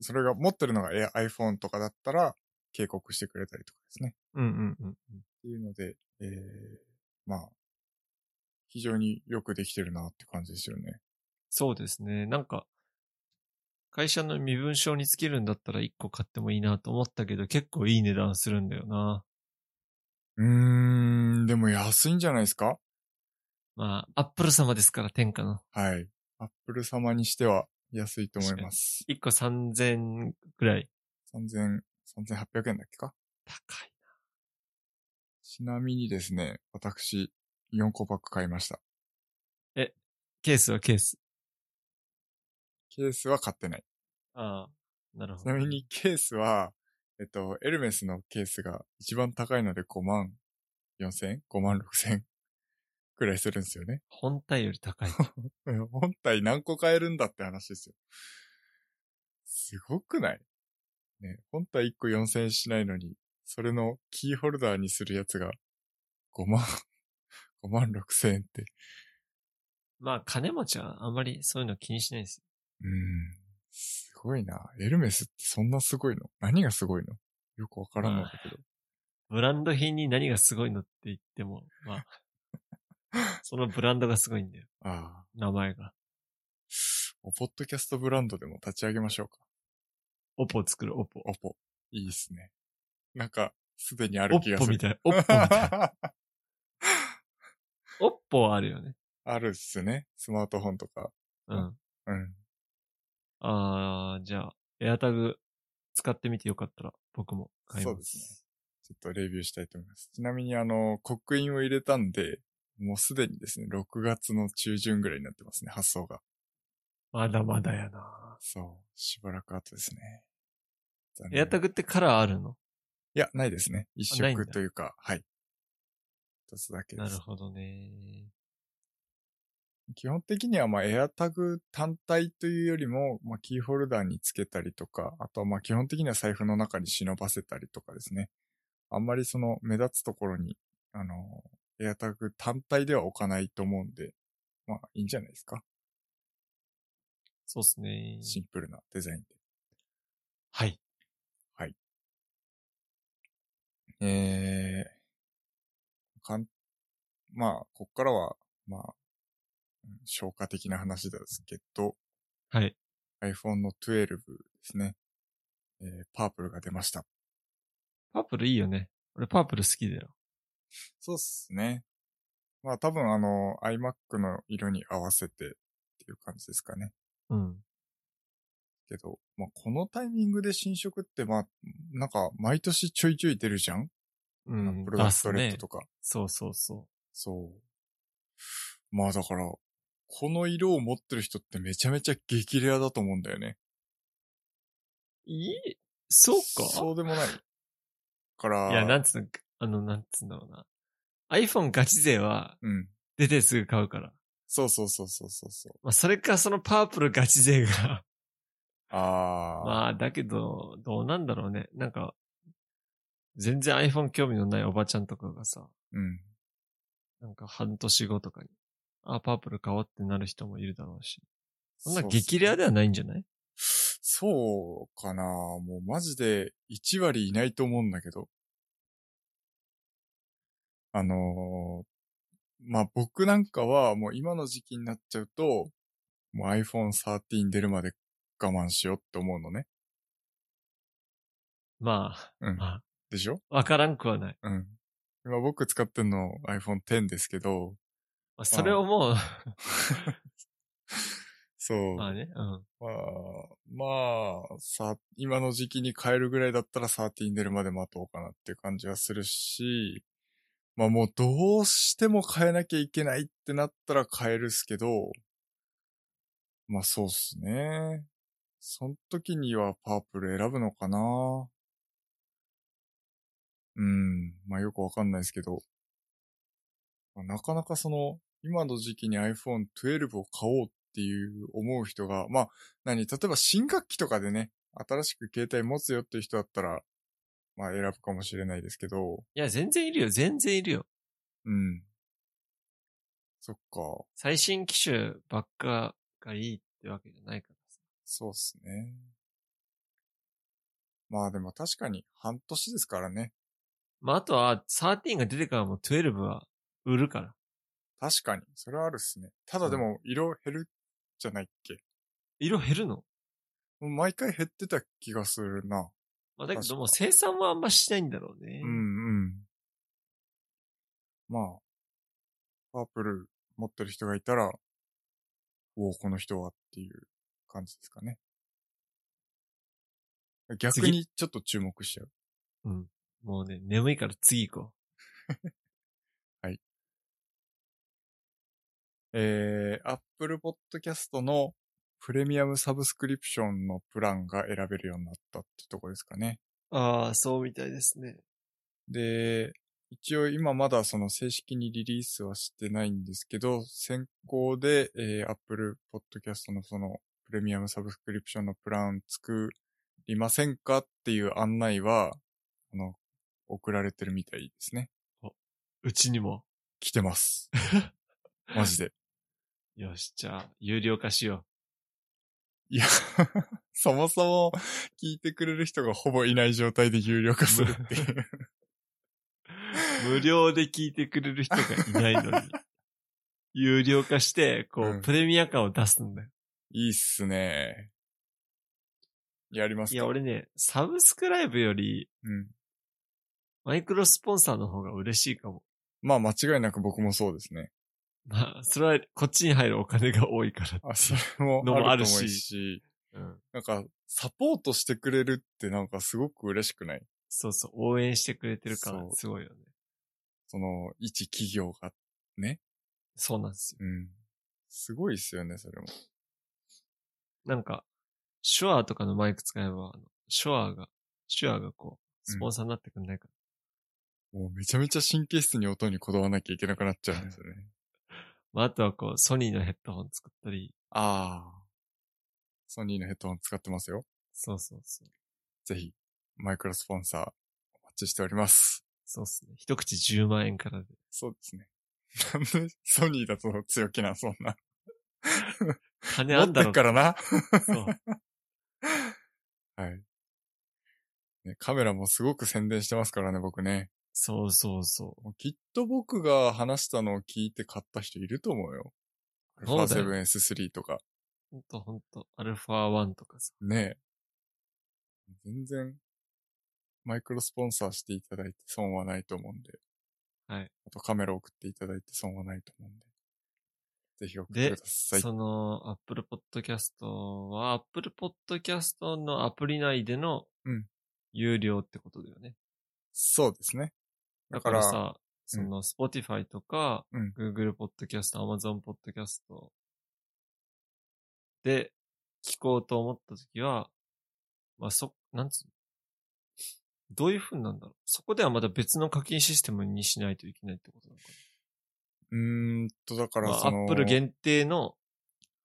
S2: それが持ってるのがエア iPhone とかだったら警告してくれたりとかですね。
S1: うんうんうんうん。
S2: っていうので、えー、まあ、非常によくできてるなって感じですよね。
S1: そうですね。なんか、会社の身分証につけるんだったら1個買ってもいいなと思ったけど、結構いい値段するんだよな。
S2: うーん、でも安いんじゃないですか
S1: まあ、アップル様ですから天下の。
S2: はい。Apple 様にしては安いと思います。
S1: 1個3000ぐらい。
S2: 3000、 3800円だっけか
S1: 高い
S2: ちなみにですね、私、4個パック買いました。
S1: ケースはケース。
S2: ケースは買ってない。
S1: ああ、なるほ
S2: ち
S1: ど
S2: な。みにケースは、えっと、エルメスのケースが一番高いので5万4千 ?5 万6千くらいするんですよね。
S1: 本体より 高い。
S2: うん本体何個買えるんだって話ですよ。すごくないね、本体1個4千円しないのに、それのキーホルダーにするやつが5万、5万6千円って。
S1: まあ、金持ちはあんまりそういうの気にしないです。
S2: うん。すごいな。エルメスってそんなすごいの何がすごいのよくわからんのだけど。
S1: ブランド品に何がすごいのって言っても、まあ、 そのブランドがすごいんだよ。
S2: ああ。
S1: 名前が。
S2: おポッドキャストブランドでも立ち上げましょうか。
S1: オポを作る、オポ。
S2: オポ。いいっすね。なんか、すでにあ
S1: オ
S2: る気
S1: ッ
S2: が
S1: ポ
S2: する。
S1: み たい。オッポみたい。オッポはあるよね。
S2: あるっすね。スマートフォンとか。
S1: うん。
S2: うん。
S1: ああ、じゃあ、エアタグ使ってみてよかったら僕も買います。
S2: そうですねちょっとレビューしたいと思います。ちなみにあの、刻印を入れたんで、もうすでにですね、6月の中旬ぐらいになってますね、発送が。
S1: まだまだやな。
S2: そう。しばらく後ですね。残念
S1: エアタグってカラーあるの
S2: いや、ないですね。一
S1: ないんだ
S2: 色というか、はい。一つだけで
S1: な
S2: す
S1: る。ほどね。
S2: 基本的にはまあエアタグ単体というよりも、まあ、キーホルダーにつけたりとか、あとはまあ基本的には財布の中に忍ばせたりとかですね。あんまりその目立つところに、あの、エアタグ単体では置かないと思うんで、まあいいんじゃないですか。
S1: そうですね。
S2: シンプルなデザインで。
S1: はい。
S2: えー、かん、まあ、こっからは、まあ、うん消化的な話ですけど、
S1: はい。
S2: iPhone の12ですね。えー、パープルが出ました。
S1: パープルいいよね。俺パープル好きだよ。
S2: そうっすね。まあ多分あの、iMac の色に合わせてっていう感じですかね。
S1: うん。
S2: けど、まあこのタイミングで新色ってまあ、なんか毎年ちょいちょい出るじゃん
S1: うん。
S2: プロダ
S1: 出
S2: ク
S1: す
S2: トレ
S1: ね
S2: ッド。とか。
S1: そうそうそ
S2: そう。まあだから、この色を持ってる人ってめちゃめちゃ激レアだと思うんだよね。
S1: う。いいそうか
S2: そうでもない。から、
S1: いや、なんつうの、あの、なんつうんだろうな。iPhone ガチ勢は
S2: うん。
S1: 出てすぐ買うから。
S2: そうそうそうそうそうそう。
S1: まあ、それかそのパープルガチ勢が。
S2: あー。
S1: まあ、だけど、どうなんだろうね。なんか、全然 iPhone 興味のないおばちゃんとかがさ、
S2: うん。
S1: なんか半年後とかに、あ、パープル買おうってなる人もいるだろうし。そんな
S2: うっすね
S1: 激レアではないんじゃない
S2: そうかなもうマジで1割いないと思うんだけど。あのーまあ、僕なんかはもう今の時期になっちゃうと、もう iPhone 13出るまで我慢しようって思うのね。
S1: まあ、
S2: うん。
S1: ま
S2: でしょ
S1: あ、わからんくはない。
S2: うん。今僕使ってんの iPhone X ですけど、
S1: まあ、それをもう、
S2: そ う。
S1: まあね、うん。
S2: まあ、まあ、さ、今の時期に買えるぐらいだったら13出るまで待とうかなっていう感じはするし、まあもうどうしても買えなきゃいけないってなったら買えるっすけど、まあそうっすね。その時にはパープル選ぶのかなうん、まあよくわかんないですけど、まあなかなかその、今の時期に iPhone12 を買おうっていう思う人が、まあ、何、例えば新学期とかでね、新しく携帯持つよっていう人だったら、まあ選ぶかもしれないですけど、
S1: いや、全然いるよ、全然いるよ。
S2: うん。そっか、
S1: 最新機種ばっかがいいってわけじゃないからさ。
S2: そうっすね。まあでも確かに半年ですからね。
S1: まあ、あとは、13が出てからも12は売るから。
S2: 確かに、それはあるっすね。ただでも、色減るじゃないっけ。
S1: 色減るの
S2: もう毎回減ってた気がするな。
S1: まあ、だけ
S2: 確か
S1: どもう生産はあんましないんだろうね。
S2: うんうん。まあ、パープル持ってる人がいたら、おお、この人はっていう感じですかね。逆にちょっと注目しちゃう。
S1: うん。もうね、眠いから次行こ
S2: えー、Apple Podcast のプレミアムサブスクリプションのプランが選べるようになったってとこですかね。
S1: う。ああ、そうみたいですね。
S2: で、一応今まだその正式にリリースはしてないんですけど、先行で、えー、Apple Podcast のそのプレミアムサブスクリプションのプラン作りませんかっていう案内は、あの、送られてるみたいですね。
S1: うちにも。
S2: 来 てます。マジで。
S1: よし、じゃあ、有料化しよ
S2: いや、 そもそも聞いてくれる人がほぼいない状態で有料化するっ ていう。
S1: う。無料で聞いてくれる人がいない のに。有料化して、こう、
S2: うん
S1: プレミア感を出すんだよ。
S2: いいっすね。やります
S1: い
S2: か
S1: や、俺ね、サブスクライブより、
S2: うん。
S1: マイクロスポンサーの方が嬉しいかも。
S2: まあ間違いなく僕もそうですね。
S1: まあ、それは、こっちに入るお金が多いから。
S2: あ、それも
S1: のも
S2: あ
S1: あ
S2: る
S1: る
S2: と
S1: し
S2: 思うし、
S1: うん。
S2: なんかサポートしてくれるってなんかすごく嬉しくない
S1: そうそう、応援してくれてるから
S2: そう、
S1: すごいよね。
S2: その一企業が。
S1: そうなんですよ。
S2: うん。すごいっすよね、それも。
S1: なんか、シュアーとかのマイク使えば、あのシュアーが、シュアーがこう、スポンサーになってくんないか
S2: もうめちゃめちゃ神経質に音にこだわらなきゃいけなくなっちゃうんですよね。
S1: まあ、あとはこう、ソニーのヘッドホン作ったり、
S2: ああ。ソニーのヘッドホン使ってますよ。
S1: そうそうそう。
S2: ぜひ、マイクロスポンサー、お待ちしております。
S1: そうっすね。一口10万円からで。
S2: そうですね。なんで、ソニーだと強気な、そんな。
S1: 金
S2: 持
S1: あ
S2: っ
S1: ん
S2: て
S1: だ
S2: っ
S1: ろ
S2: からな。
S1: そう。
S2: はい、ね。カメラもすごく宣伝してますからね、僕ね。
S1: そうそうそ
S2: もうきっと僕が話したのを聞いて買った人いると思うよ。
S1: そうだよ
S2: α7S3 とか。
S1: う。ほんとほんと。アルファ1とかさ。
S2: ねえ。全然、マイクロスポンサーしていただいて損はないと思うんで。
S1: はい。
S2: あとカメラ送っていただいて損はないと思うんで。ぜひ送ってください。
S1: その、Apple Podcast は、Apple Podcast のアプリ内での
S2: うん、
S1: 有料ってことだよね。
S2: そうですね。だ
S1: だ
S2: か
S1: かららさ、その、Spotify とか、
S2: うん
S1: Google Podcast、Amazon Podcast で、聞こうと思ったときは、まあ、そ、なんつうのどういう風になんだろうそこではまた別の課金システムにしないといけないってことなのか
S2: うーんと、だか
S1: な
S2: ら
S1: まあ
S2: そ
S1: ア
S2: の、
S1: ップル限定の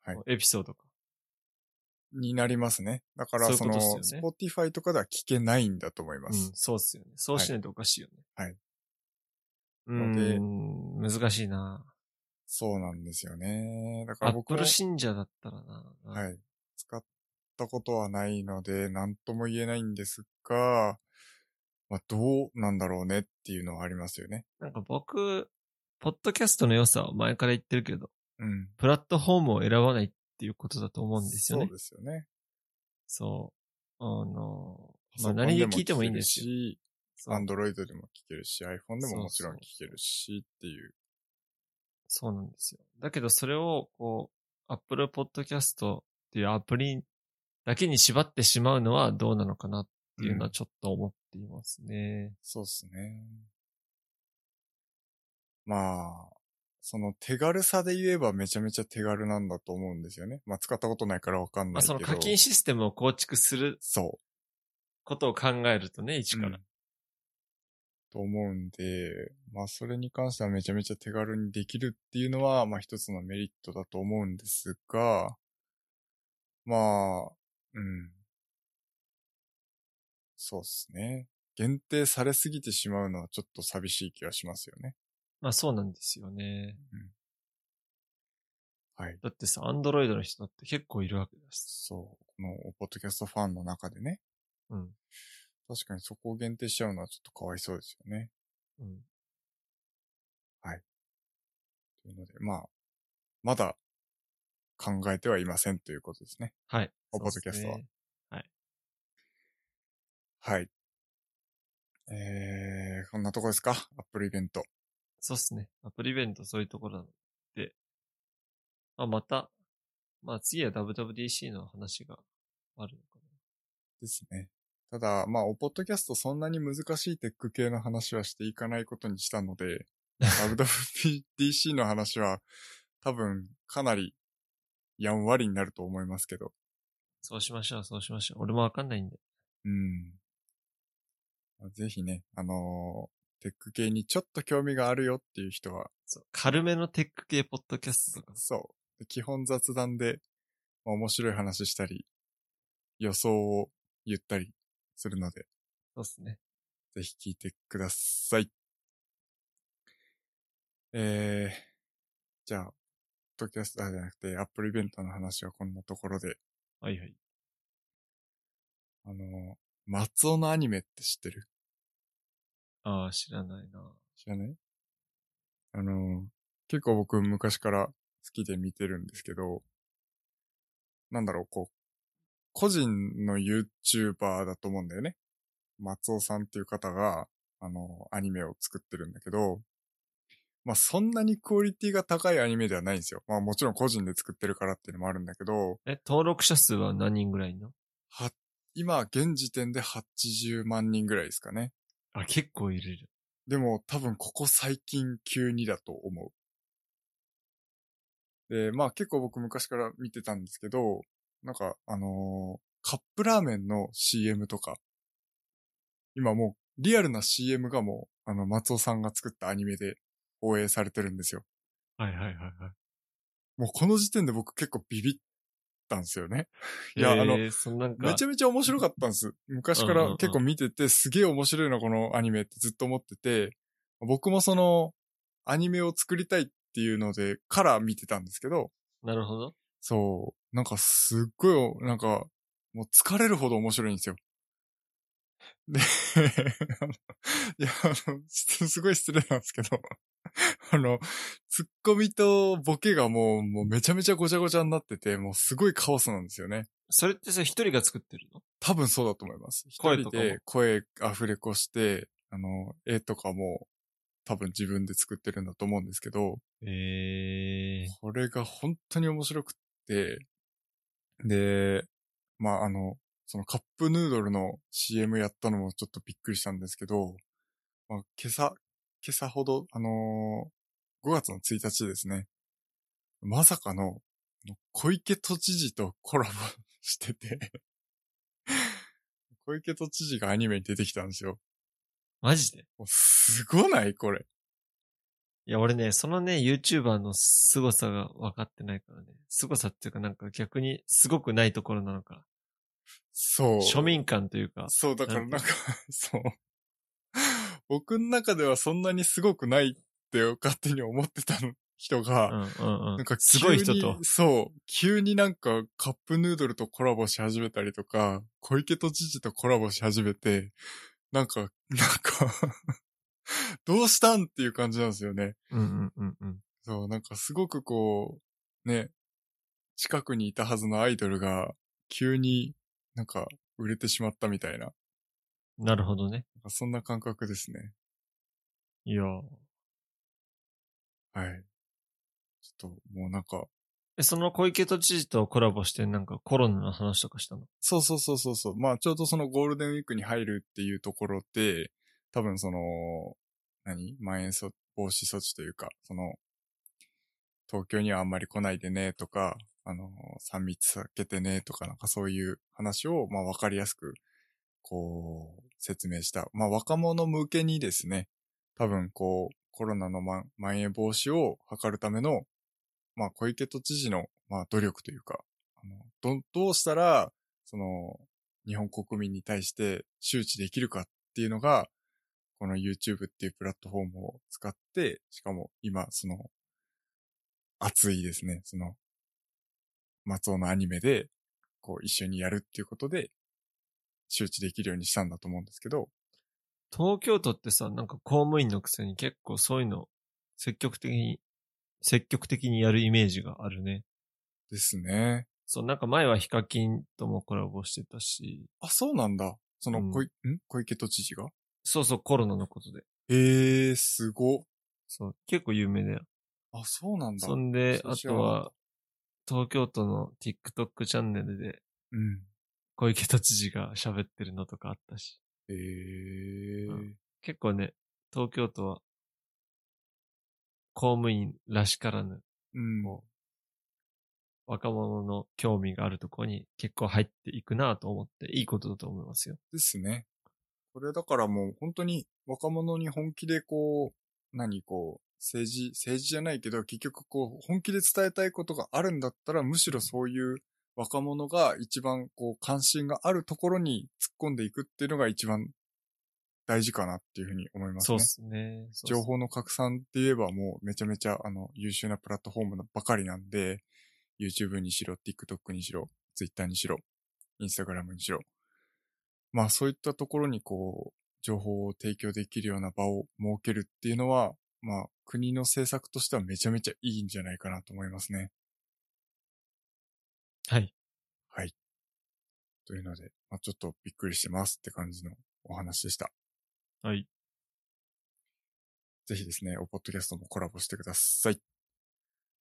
S2: はい
S1: エピソードか。
S2: になりますね。だからそ
S1: そういう
S2: の、
S1: ことっすよね
S2: Spotify とかでは聞けないんだと思いま
S1: う
S2: す
S1: ん、。そうっすよね。そうしないとおかしいよね。
S2: はい。
S1: うーん、難しいな。
S2: そうなんですよね。だか
S1: ア
S2: ら
S1: ッ
S2: 僕
S1: プ
S2: も
S1: ル、信者だったらな。
S2: はい。使ったことはないので、なんとも言えないんですが、まあ、どうなんだろうねっていうのはありますよね。
S1: なんか僕、ポッドキャストの良さは前から言ってるけど、
S2: うん。
S1: プラットフォームを選ばないっていうことだと思うんですよね
S2: そう。ですよね。
S1: そう。あの、ま
S2: パソコ
S1: あ
S2: ン
S1: 何で
S2: も
S1: 聞いてもいいんです
S2: 聞
S1: よ。
S2: けるし
S1: そ
S2: アン
S1: う
S2: ドロイドでも聞けるし、iPhone でももち
S1: そうそ
S2: ろん
S1: う
S2: 聞けるしっていう。
S1: そうなんですよ。だけどそれを、こう、Apple Podcast っていうアプリだけに縛ってしまうのはどうなのかなっていうのはちょっと思っていますね。
S2: そうですね。まあ、その手軽さで言えばめちゃめちゃ手軽なんだと思うんですよね。まあ使ったことないからわかん
S1: ま
S2: な
S1: あ
S2: いけど。
S1: その課金システムを構築する
S2: そ
S1: ことを考えるとね、一
S2: う。
S1: から。
S2: うんと思うんで、まあそれに関してはめちゃめちゃ手軽にできるっていうのは、まあ一つのメリットだと思うんですが、まあ、うん。そうですね。限定されすぎてしまうのはちょっと寂しい気がしますよね。
S1: まあそうなんですよね。
S2: はい。
S1: だってさ、アンドロイドの人だって結構いるわけだし。
S2: そう。この、ポッドキャストファンの中でね。
S1: うん。
S2: 確かにそこを限定しちゃうのはちょっとかわいそうですよね。
S1: うん。
S2: というので、まあ、まだ考えてはいませんということですね。
S1: はい。
S2: お
S1: そうっす
S2: ポッドキャストは
S1: ね
S2: はい。えー、こんなとこですかアップルイベント。
S1: そうっすね。アプリイベントそういうところなので、まあまた、まあ次は WWDC の話があるのかな。
S2: ですね。ただ、まあ、おポッドキャストそんなに難しいテック系の話はしていかないことにした ので、WWDC の話は多分かなりやんわりになると思いますけど。
S1: そうしましょう、そうしましょう。俺もわかんないんで。
S2: うん。ぜひね、あのーテック系にちょっと興味があるよっていう人は、
S1: そう軽めのテック系ポッドキャストとか。
S2: そう。基本雑談で、まあ面白い話したり、予想を言ったりするので、
S1: そうっすね。
S2: ぜひ聞いてください。えー、じゃあ、ポッドキャスターじゃなくて、アップルイベントの話はこんなところで、
S1: はいはい。
S2: あのー松尾のアニメって知ってる
S1: ああ、知らないな。
S2: 知らないあのー結構僕昔から好きで見てるんですけど、なんだろう、こう、個人の YouTuber だと思うんだよね。松尾さんっていう方が、あのーアニメを作ってるんだけど、まあそんなにクオリティが高いアニメではないんですよ。まあもちろん個人で作ってるからっていうのもあるんだけど、
S1: え、登録者数は何人ぐらいいんの
S2: は、今現時点で80万人ぐらいですかね。
S1: あ、結構いるじ
S2: でも多分ここ最近急にだと思う。で、まあ結構僕昔から見てたんですけど、なんかあのーカップラーメンの CM とか、今もうリアルな CM がもうあの松尾さんが作ったアニメで放映されてるんですよ。
S1: ゃん。はいはいはいはい。
S2: もうこの時点で僕結構ビビったんですよね。いや
S1: えー
S2: あの
S1: そのなんか、
S2: めちゃめちゃ面白かったんです。昔か
S1: うんうんう
S2: ら
S1: ん
S2: 結構見てて、すげえ面白いな、このアニメってずっと思ってて、僕もその、アニメを作りたいっていうので、から見てたんですけど、
S1: なるほど。
S2: そう、なんかすっごい、なんか、もう疲れるほど面白いんですよ。で、あのいや、あの、すすごい失礼なんですけど、あの、ツッコミとボケがもう、もうめちゃめちゃごちゃごちゃになってて、もうすごいカオスなんですよね。
S1: それってさ、一人が作ってるの
S2: 多分そうだと思います。一
S1: 声
S2: 人
S1: とかも
S2: で声アフレコして、あの、絵とかも多分自分で作ってるんだと思うんですけど、
S1: ええ
S2: これが本当に面白くって、で、まあ、あの、そのカップヌードルの CM やったのもちょっとびっくりしたんですけど、まあ、今朝、今朝ほど、あのー5月の1日ですね、まさかの、あの小池都知事とコラボ してて、 小池都知事がアニメに出てきたんですよ。
S1: マジで
S2: もうすごないこれ。
S1: いや、俺ね、そのね、YouTuber の凄さが分かってないからね。凄さっていうか、なんか逆に凄くないところなのか。
S2: そう。
S1: 庶民感というか。
S2: そう、だから
S1: な
S2: なんんか、 そう。僕の中ではそんなにすごくないって勝手に思ってた人
S1: う
S2: が、
S1: んうんう
S2: なん
S1: ん
S2: か。
S1: す
S2: 急に
S1: ごい人と。
S2: そう、急になんかカップヌードルとコラボし始めたりとか、小池都知事とコラボし始めて、なんか、 なんか、どうしたんっていう感じなんですよね。
S1: うんうんうんうん。
S2: そう、なんかすごくこう、ね、近くにいたはずのアイドルが、急になんか売れてしまったみたいな。
S1: なるほどね。
S2: なんかそんな感覚ですね。
S1: いやー
S2: はい。ちょっと、もうなんか、
S1: え、その小池都知事とコラボして、なんかコロナの話とかしたの
S2: そうそうそうそうそう。まあ、ちょうどそのゴールデンウィークに入るっていうところで、多分その、何まん延措防止措置というか、その、東京にはあんまり来ないでねとか、あの、3密避けてねとか、なんかそういう話を、まあ、わかりやすく、こう、説明した。まあ、若者向けにですね、多分こう、コロナのまんまん延防止を図るための、まあ、小池都知事の、まあ、努力というか、あのど、どうしたら、その、日本国民に対して周知できるかっていうのが、この YouTube っていうプラットフォームを使って、しかも今、その、熱いですね、その、松尾のアニメで、こう一緒にやるっていうことで、周知できるようにしたんだと思うんですけど、
S1: 東京都ってさ、なんか公務員のくせに結構そういうの、積極的に、積極的にやるイメージがあるね。
S2: ですね。
S1: そう、なんか前はヒカキンともコラボしてたし、
S2: あ、そうなんだ。その、
S1: うん
S2: 小いん小池都知事が
S1: そうそう、コロナのことで。
S2: ええー、すご。
S1: そう、結構有名だよ。
S2: あ、そうなんだ。
S1: そ
S2: うん
S1: で、
S2: そ
S1: あ
S2: う知ら
S1: と
S2: なかった
S1: は、東京都の TikTok チャンネルで、
S2: ん。
S1: 小池都知事が喋ってるのとかあったし。
S2: ええ
S1: うん結構ね、東京都は、公務員らしからぬ、
S2: うん。
S1: こう、若者の興味があるところに結構入っていくなと思って、いいことだと思いますよ。
S2: ですね。これだからもう本当に若者に本気でこう、何こう、政治、政治じゃないけど、結局こう、本気で伝えたいことがあるんだったら、むしろそういう若者が一番こう、関心があるところに突っ込んでいくっていうのが一番大事かなっていうふうに思います
S1: そう
S2: ね
S1: で。すね。そうっす
S2: 情報の拡散って言えばもうめちゃめちゃあの優秀なプラットフォームばかりなんで、YouTube にしろ、TikTok にしろ、Twitter にしろ、Instagram にしろ。まあそういったところにこう、情報を提供できるような場を設けるっていうのは、まあ国の政策としてはめちゃめちゃいいんじゃないかなと思いますね。
S1: はい。
S2: というので、まあちょっとびっくりしてますって感じのお話でした。
S1: はい。
S2: ぜひですね、おポッドキャストもコラボしてください。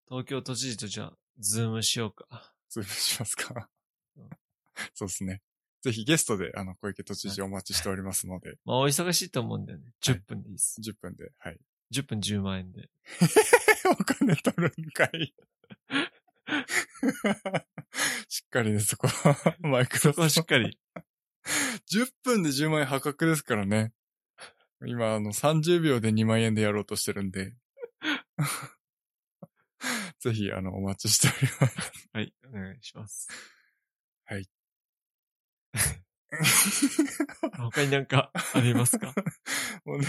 S1: 東京都知事とじゃあ、ズームしようか。
S2: ズームしますか
S1: うん。
S2: そうですね。ぜひゲストで、あの、小池都知事お待ちしておりま すので、
S1: まあ、お忙しいと思うんだよね。10分でいいです。
S2: 10分で、はい。
S1: 10分10万円で。
S2: お金取るんか い。しっかりね、そこは、マイクロ
S1: そこはしっかり。
S2: 10分で10万円破格ですからね。今、あの、30秒で2万円でやろうとしてる んで。ぜひ、あの、お待ちしております。
S1: はい、お願いします。
S2: はい。
S1: 他になんかあります か
S2: もうね、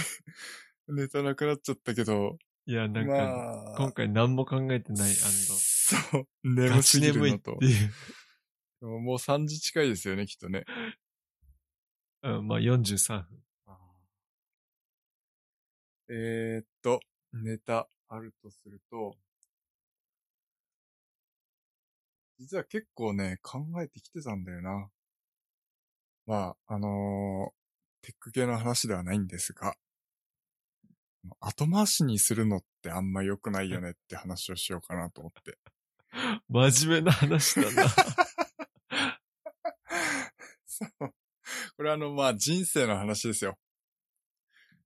S2: ネタなくなっちゃったけど、
S1: いや、なんか、
S2: まあ、
S1: 今回何も考えてない、
S2: そう。
S1: あの、
S2: 眠
S1: ガ
S2: す
S1: チ
S2: ぎる
S1: 眠い
S2: の
S1: って
S2: と。
S1: いう。
S2: もう3時近いですよね、きっとね。
S1: うん、まあ43分。
S2: えー、っと、ネタあるとすると、実は結構ね、考えてきてたんだよな。まあ、あのーテック系の話ではないんですが、後回しにするのってあんま良くないよねって話をしようかなと思って。
S1: 真面目な話 だな。
S2: そう。これあの、まあ、人生の話ですよ。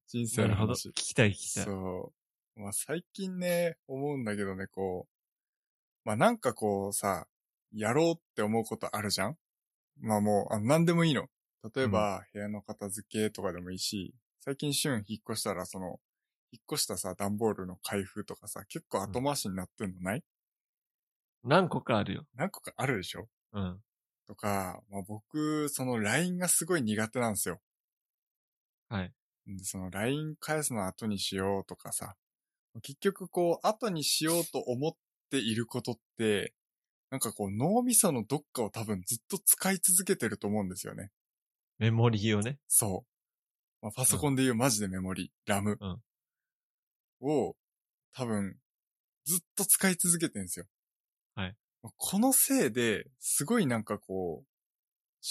S2: 人生
S1: なる
S2: の
S1: ほど。
S2: 話
S1: 聞。きたい、聞きたい。
S2: そう。まあ、最近ね、思うんだけどね、こう。まあ、なんかこうさ、やろうって思うことあるじゃんまあもう、あ何でもいいの。例えば、部屋の片付けとかでもいいし、最近シュン引っ越したら、その、引っ越したさ、段ボールの開封とかさ、結構後回しになってんのない、
S1: 何個かあるよ。
S2: 何個かあるでしょ
S1: うん。
S2: とか、まあ、僕、その LINE がすごい苦手なんですよ。
S1: はい。
S2: でその LINE 返すの後にしようとかさ。結局こう、後にしようと思っていることって、なんかこう、脳みそのどっかを多分ずっと使い続けてると思うんですよね。
S1: メモリーをね。
S2: そう。まあ、パソコンで言うマジでメモリ、ラム
S1: うん
S2: を多分ずっと使い続けてるんですよ。
S1: はい。
S2: このせいですごいなんかこう、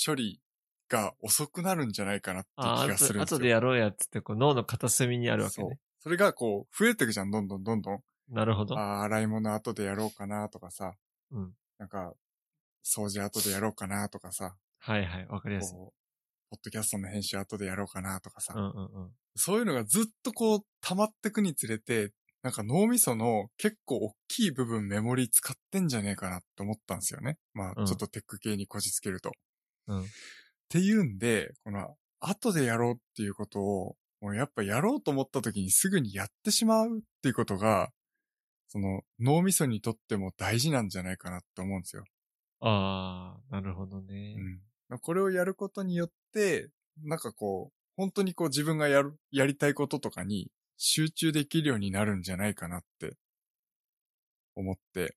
S2: 処理が遅くなるんじゃないかなって
S1: あ
S2: 気
S1: あ
S2: がする
S1: と、
S2: んですよ。
S1: 後でやろうやっつって、こう脳の片隅にあるわけ
S2: そう
S1: ね。。
S2: それがこう、増えていくじゃん、どんどんどんどん。
S1: なるほど。
S2: ああ、洗い物後でやろうかなとかさ、
S1: うん。
S2: なんか、掃除後でやろうかなとかさ、
S1: はいはい、わかりやすい。
S2: こう、ポッドキャストの編集後でやろうかなとかさ、
S1: うんうんうん。
S2: そういうのがずっとこう、溜まってくにつれて、なんか脳みその結構大きい部分メモリ使ってんじゃねえかなって思ったんですよね。ま
S1: う
S2: あ、
S1: ん
S2: ちょっとテック系にこじつけると。
S1: うん
S2: っていうんで、この、後でやろうっていうことを、もうやっぱやろうと思った時にすぐにやってしまうっていうことが、その脳みそにとっても大事なんじゃないかなって思うんですよ。
S1: ああ、なるほどね。
S2: うん。これをやることによって、なんかこう、本当にこう自分がやる、やりたいこととかに集中できるようになるんじゃないかなって思って。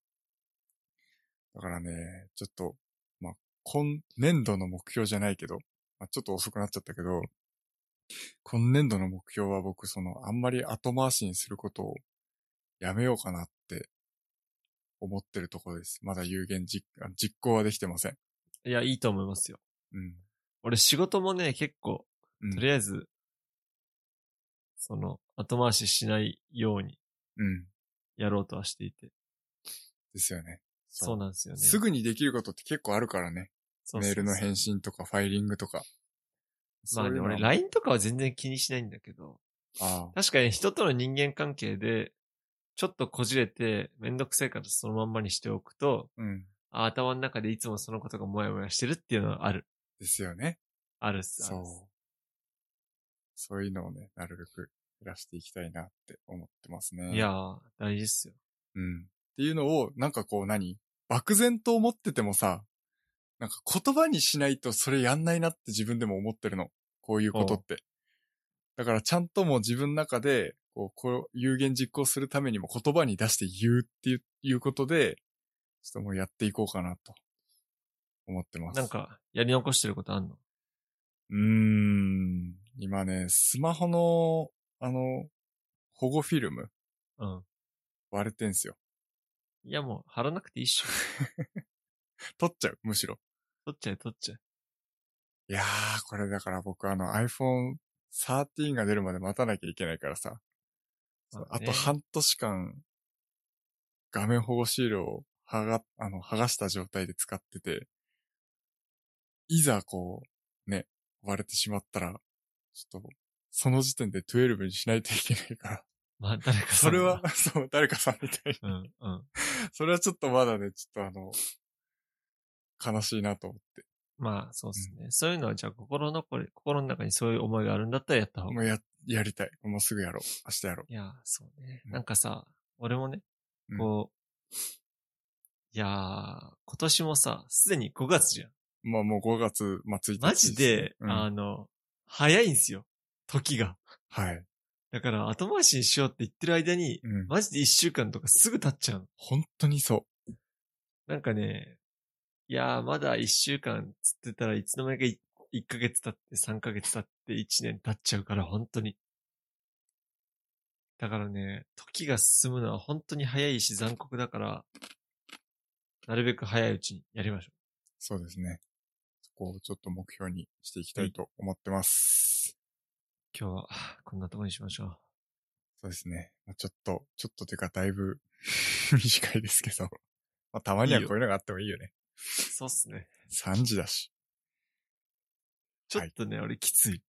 S2: だからね、ちょっと、まあ、今年度の目標じゃないけど、まあ、ちょっと遅くなっちゃったけど、今年度の目標は僕その、あんまり後回しにすることをやめようかなって思ってるところです。まだ有言実、あ実行はできてません。
S1: いや、いいと思いますよ。
S2: うん。
S1: 俺仕事もね、結構、
S2: うん
S1: とりあえず、その、後回ししないように
S2: うん。
S1: やろうとはしていて。
S2: ですよね。
S1: そう
S2: う
S1: なんですよね。
S2: すぐにできることって結構あるからね。
S1: そうそうそう
S2: メールの返信とかファイリングとか。
S1: まあね、俺 LINE とかは全然気にしないんだけど、
S2: あ
S1: 確かに人との人間関係で、ちょっとこじれて、めんどくせえからそのまんまにしておくと、
S2: うん。
S1: あ頭の中でいつもそのことがモヤモヤしてるっていうのはある。
S2: ですよね。
S1: あるっす。あ
S2: そ
S1: るっ
S2: う
S1: す。
S2: そういうのをね、なるべく減らしていきたいなって思ってますね。
S1: いや。ー、大事っすよ。
S2: うん。っていうのを、なんかこう何漠然と思っててもさ、なんか言葉にしないとそれやんないなって自分でも思ってるの。こういうことって。だからちゃんともう自分の中で、こう、こう有言実行するためにも言葉に出して言うっていういうことで、ちょっともうやっていこうかなと思ってます。
S1: なんか、やり残してることあんの
S2: うーん。今ね、スマホの、あの、保護フィルム
S1: うん。
S2: 割れてんすよ。
S1: いやもう、貼らなくていいっしょ。
S2: 取っちゃう、むしろ。
S1: 取っちゃえ、取っちゃえ。
S2: いやー、これだから僕あの iPhone 13が出るまで待たなきゃいけないからさ。そう
S1: ま
S2: あ
S1: ね
S2: と半年間、画面保護シールを剥が、あの、剥がした状態で使ってて、いざこう、ね、割れてしまったら、ちょっと、その時点で12にしないといけないから。
S1: まあ、誰かさ
S2: そ
S1: んが
S2: れは、、 そう、誰かさんみたいに。
S1: うん、うん。
S2: それはちょっとまだね、ちょっとあの、悲しいなと思って。
S1: まあ、そうっすね。そういうのは、じゃあ、心残り、心の中にそういう思いがあるんだったらやった方が
S2: もうや、やりたい。もうすぐやろう。明日やろう。
S1: いやー、そうね。
S2: うん
S1: なんかさ、俺もね
S2: うん、
S1: こう、いやー、今年もさ、すでに5月じゃん。
S2: まあもう5月末1日
S1: マジで、
S2: うん
S1: あの、早いんすよ。時が。
S2: はい。
S1: だから、後回しにしようって言ってる間に、
S2: うん。
S1: マジで1週間とかすぐ経っちゃうの。
S2: 本当にそ
S1: なんかね、いやー、まだ1週間つってたらいつの間にかい1ヶ月経って、3ヶ月経って、1年経っちゃうから、本当に。だからね、時が進むのは本当に早いし残酷だから、なるべく早いうちにやりましょ
S2: う。そうですね。そこをちょっと目標にしていきたいと思ってます。
S1: う。今日は、こんなとこにしましょう。
S2: そうですね。まあちょっと、ちょっとていうかだいぶ 短いですけど。まあたまには
S1: い
S2: い
S1: よ
S2: こういうのがあってもいいよね。
S1: そうっすね。
S2: 3時だし。
S1: ちょっとね、俺き つい。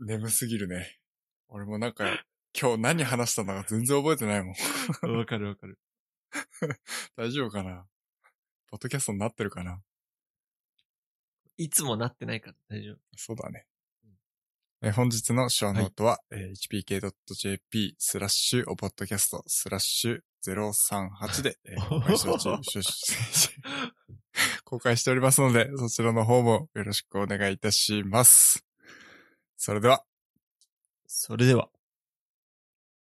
S2: 眠すぎるね。俺も なんか、今日何話したのか全然覚えてないもん。
S1: わかるわかる。
S2: 大丈夫かなポッドキャストになってるかない
S1: つもなってないから大丈夫。
S2: そうだね。えー本日のショーノートは、えー hpk.jp スラッシュおポッドキャストスラッシュ038で、えー公開承知 公開しておりますので、そちらの方もよろしくお願いいたします。それでは。
S1: それでは。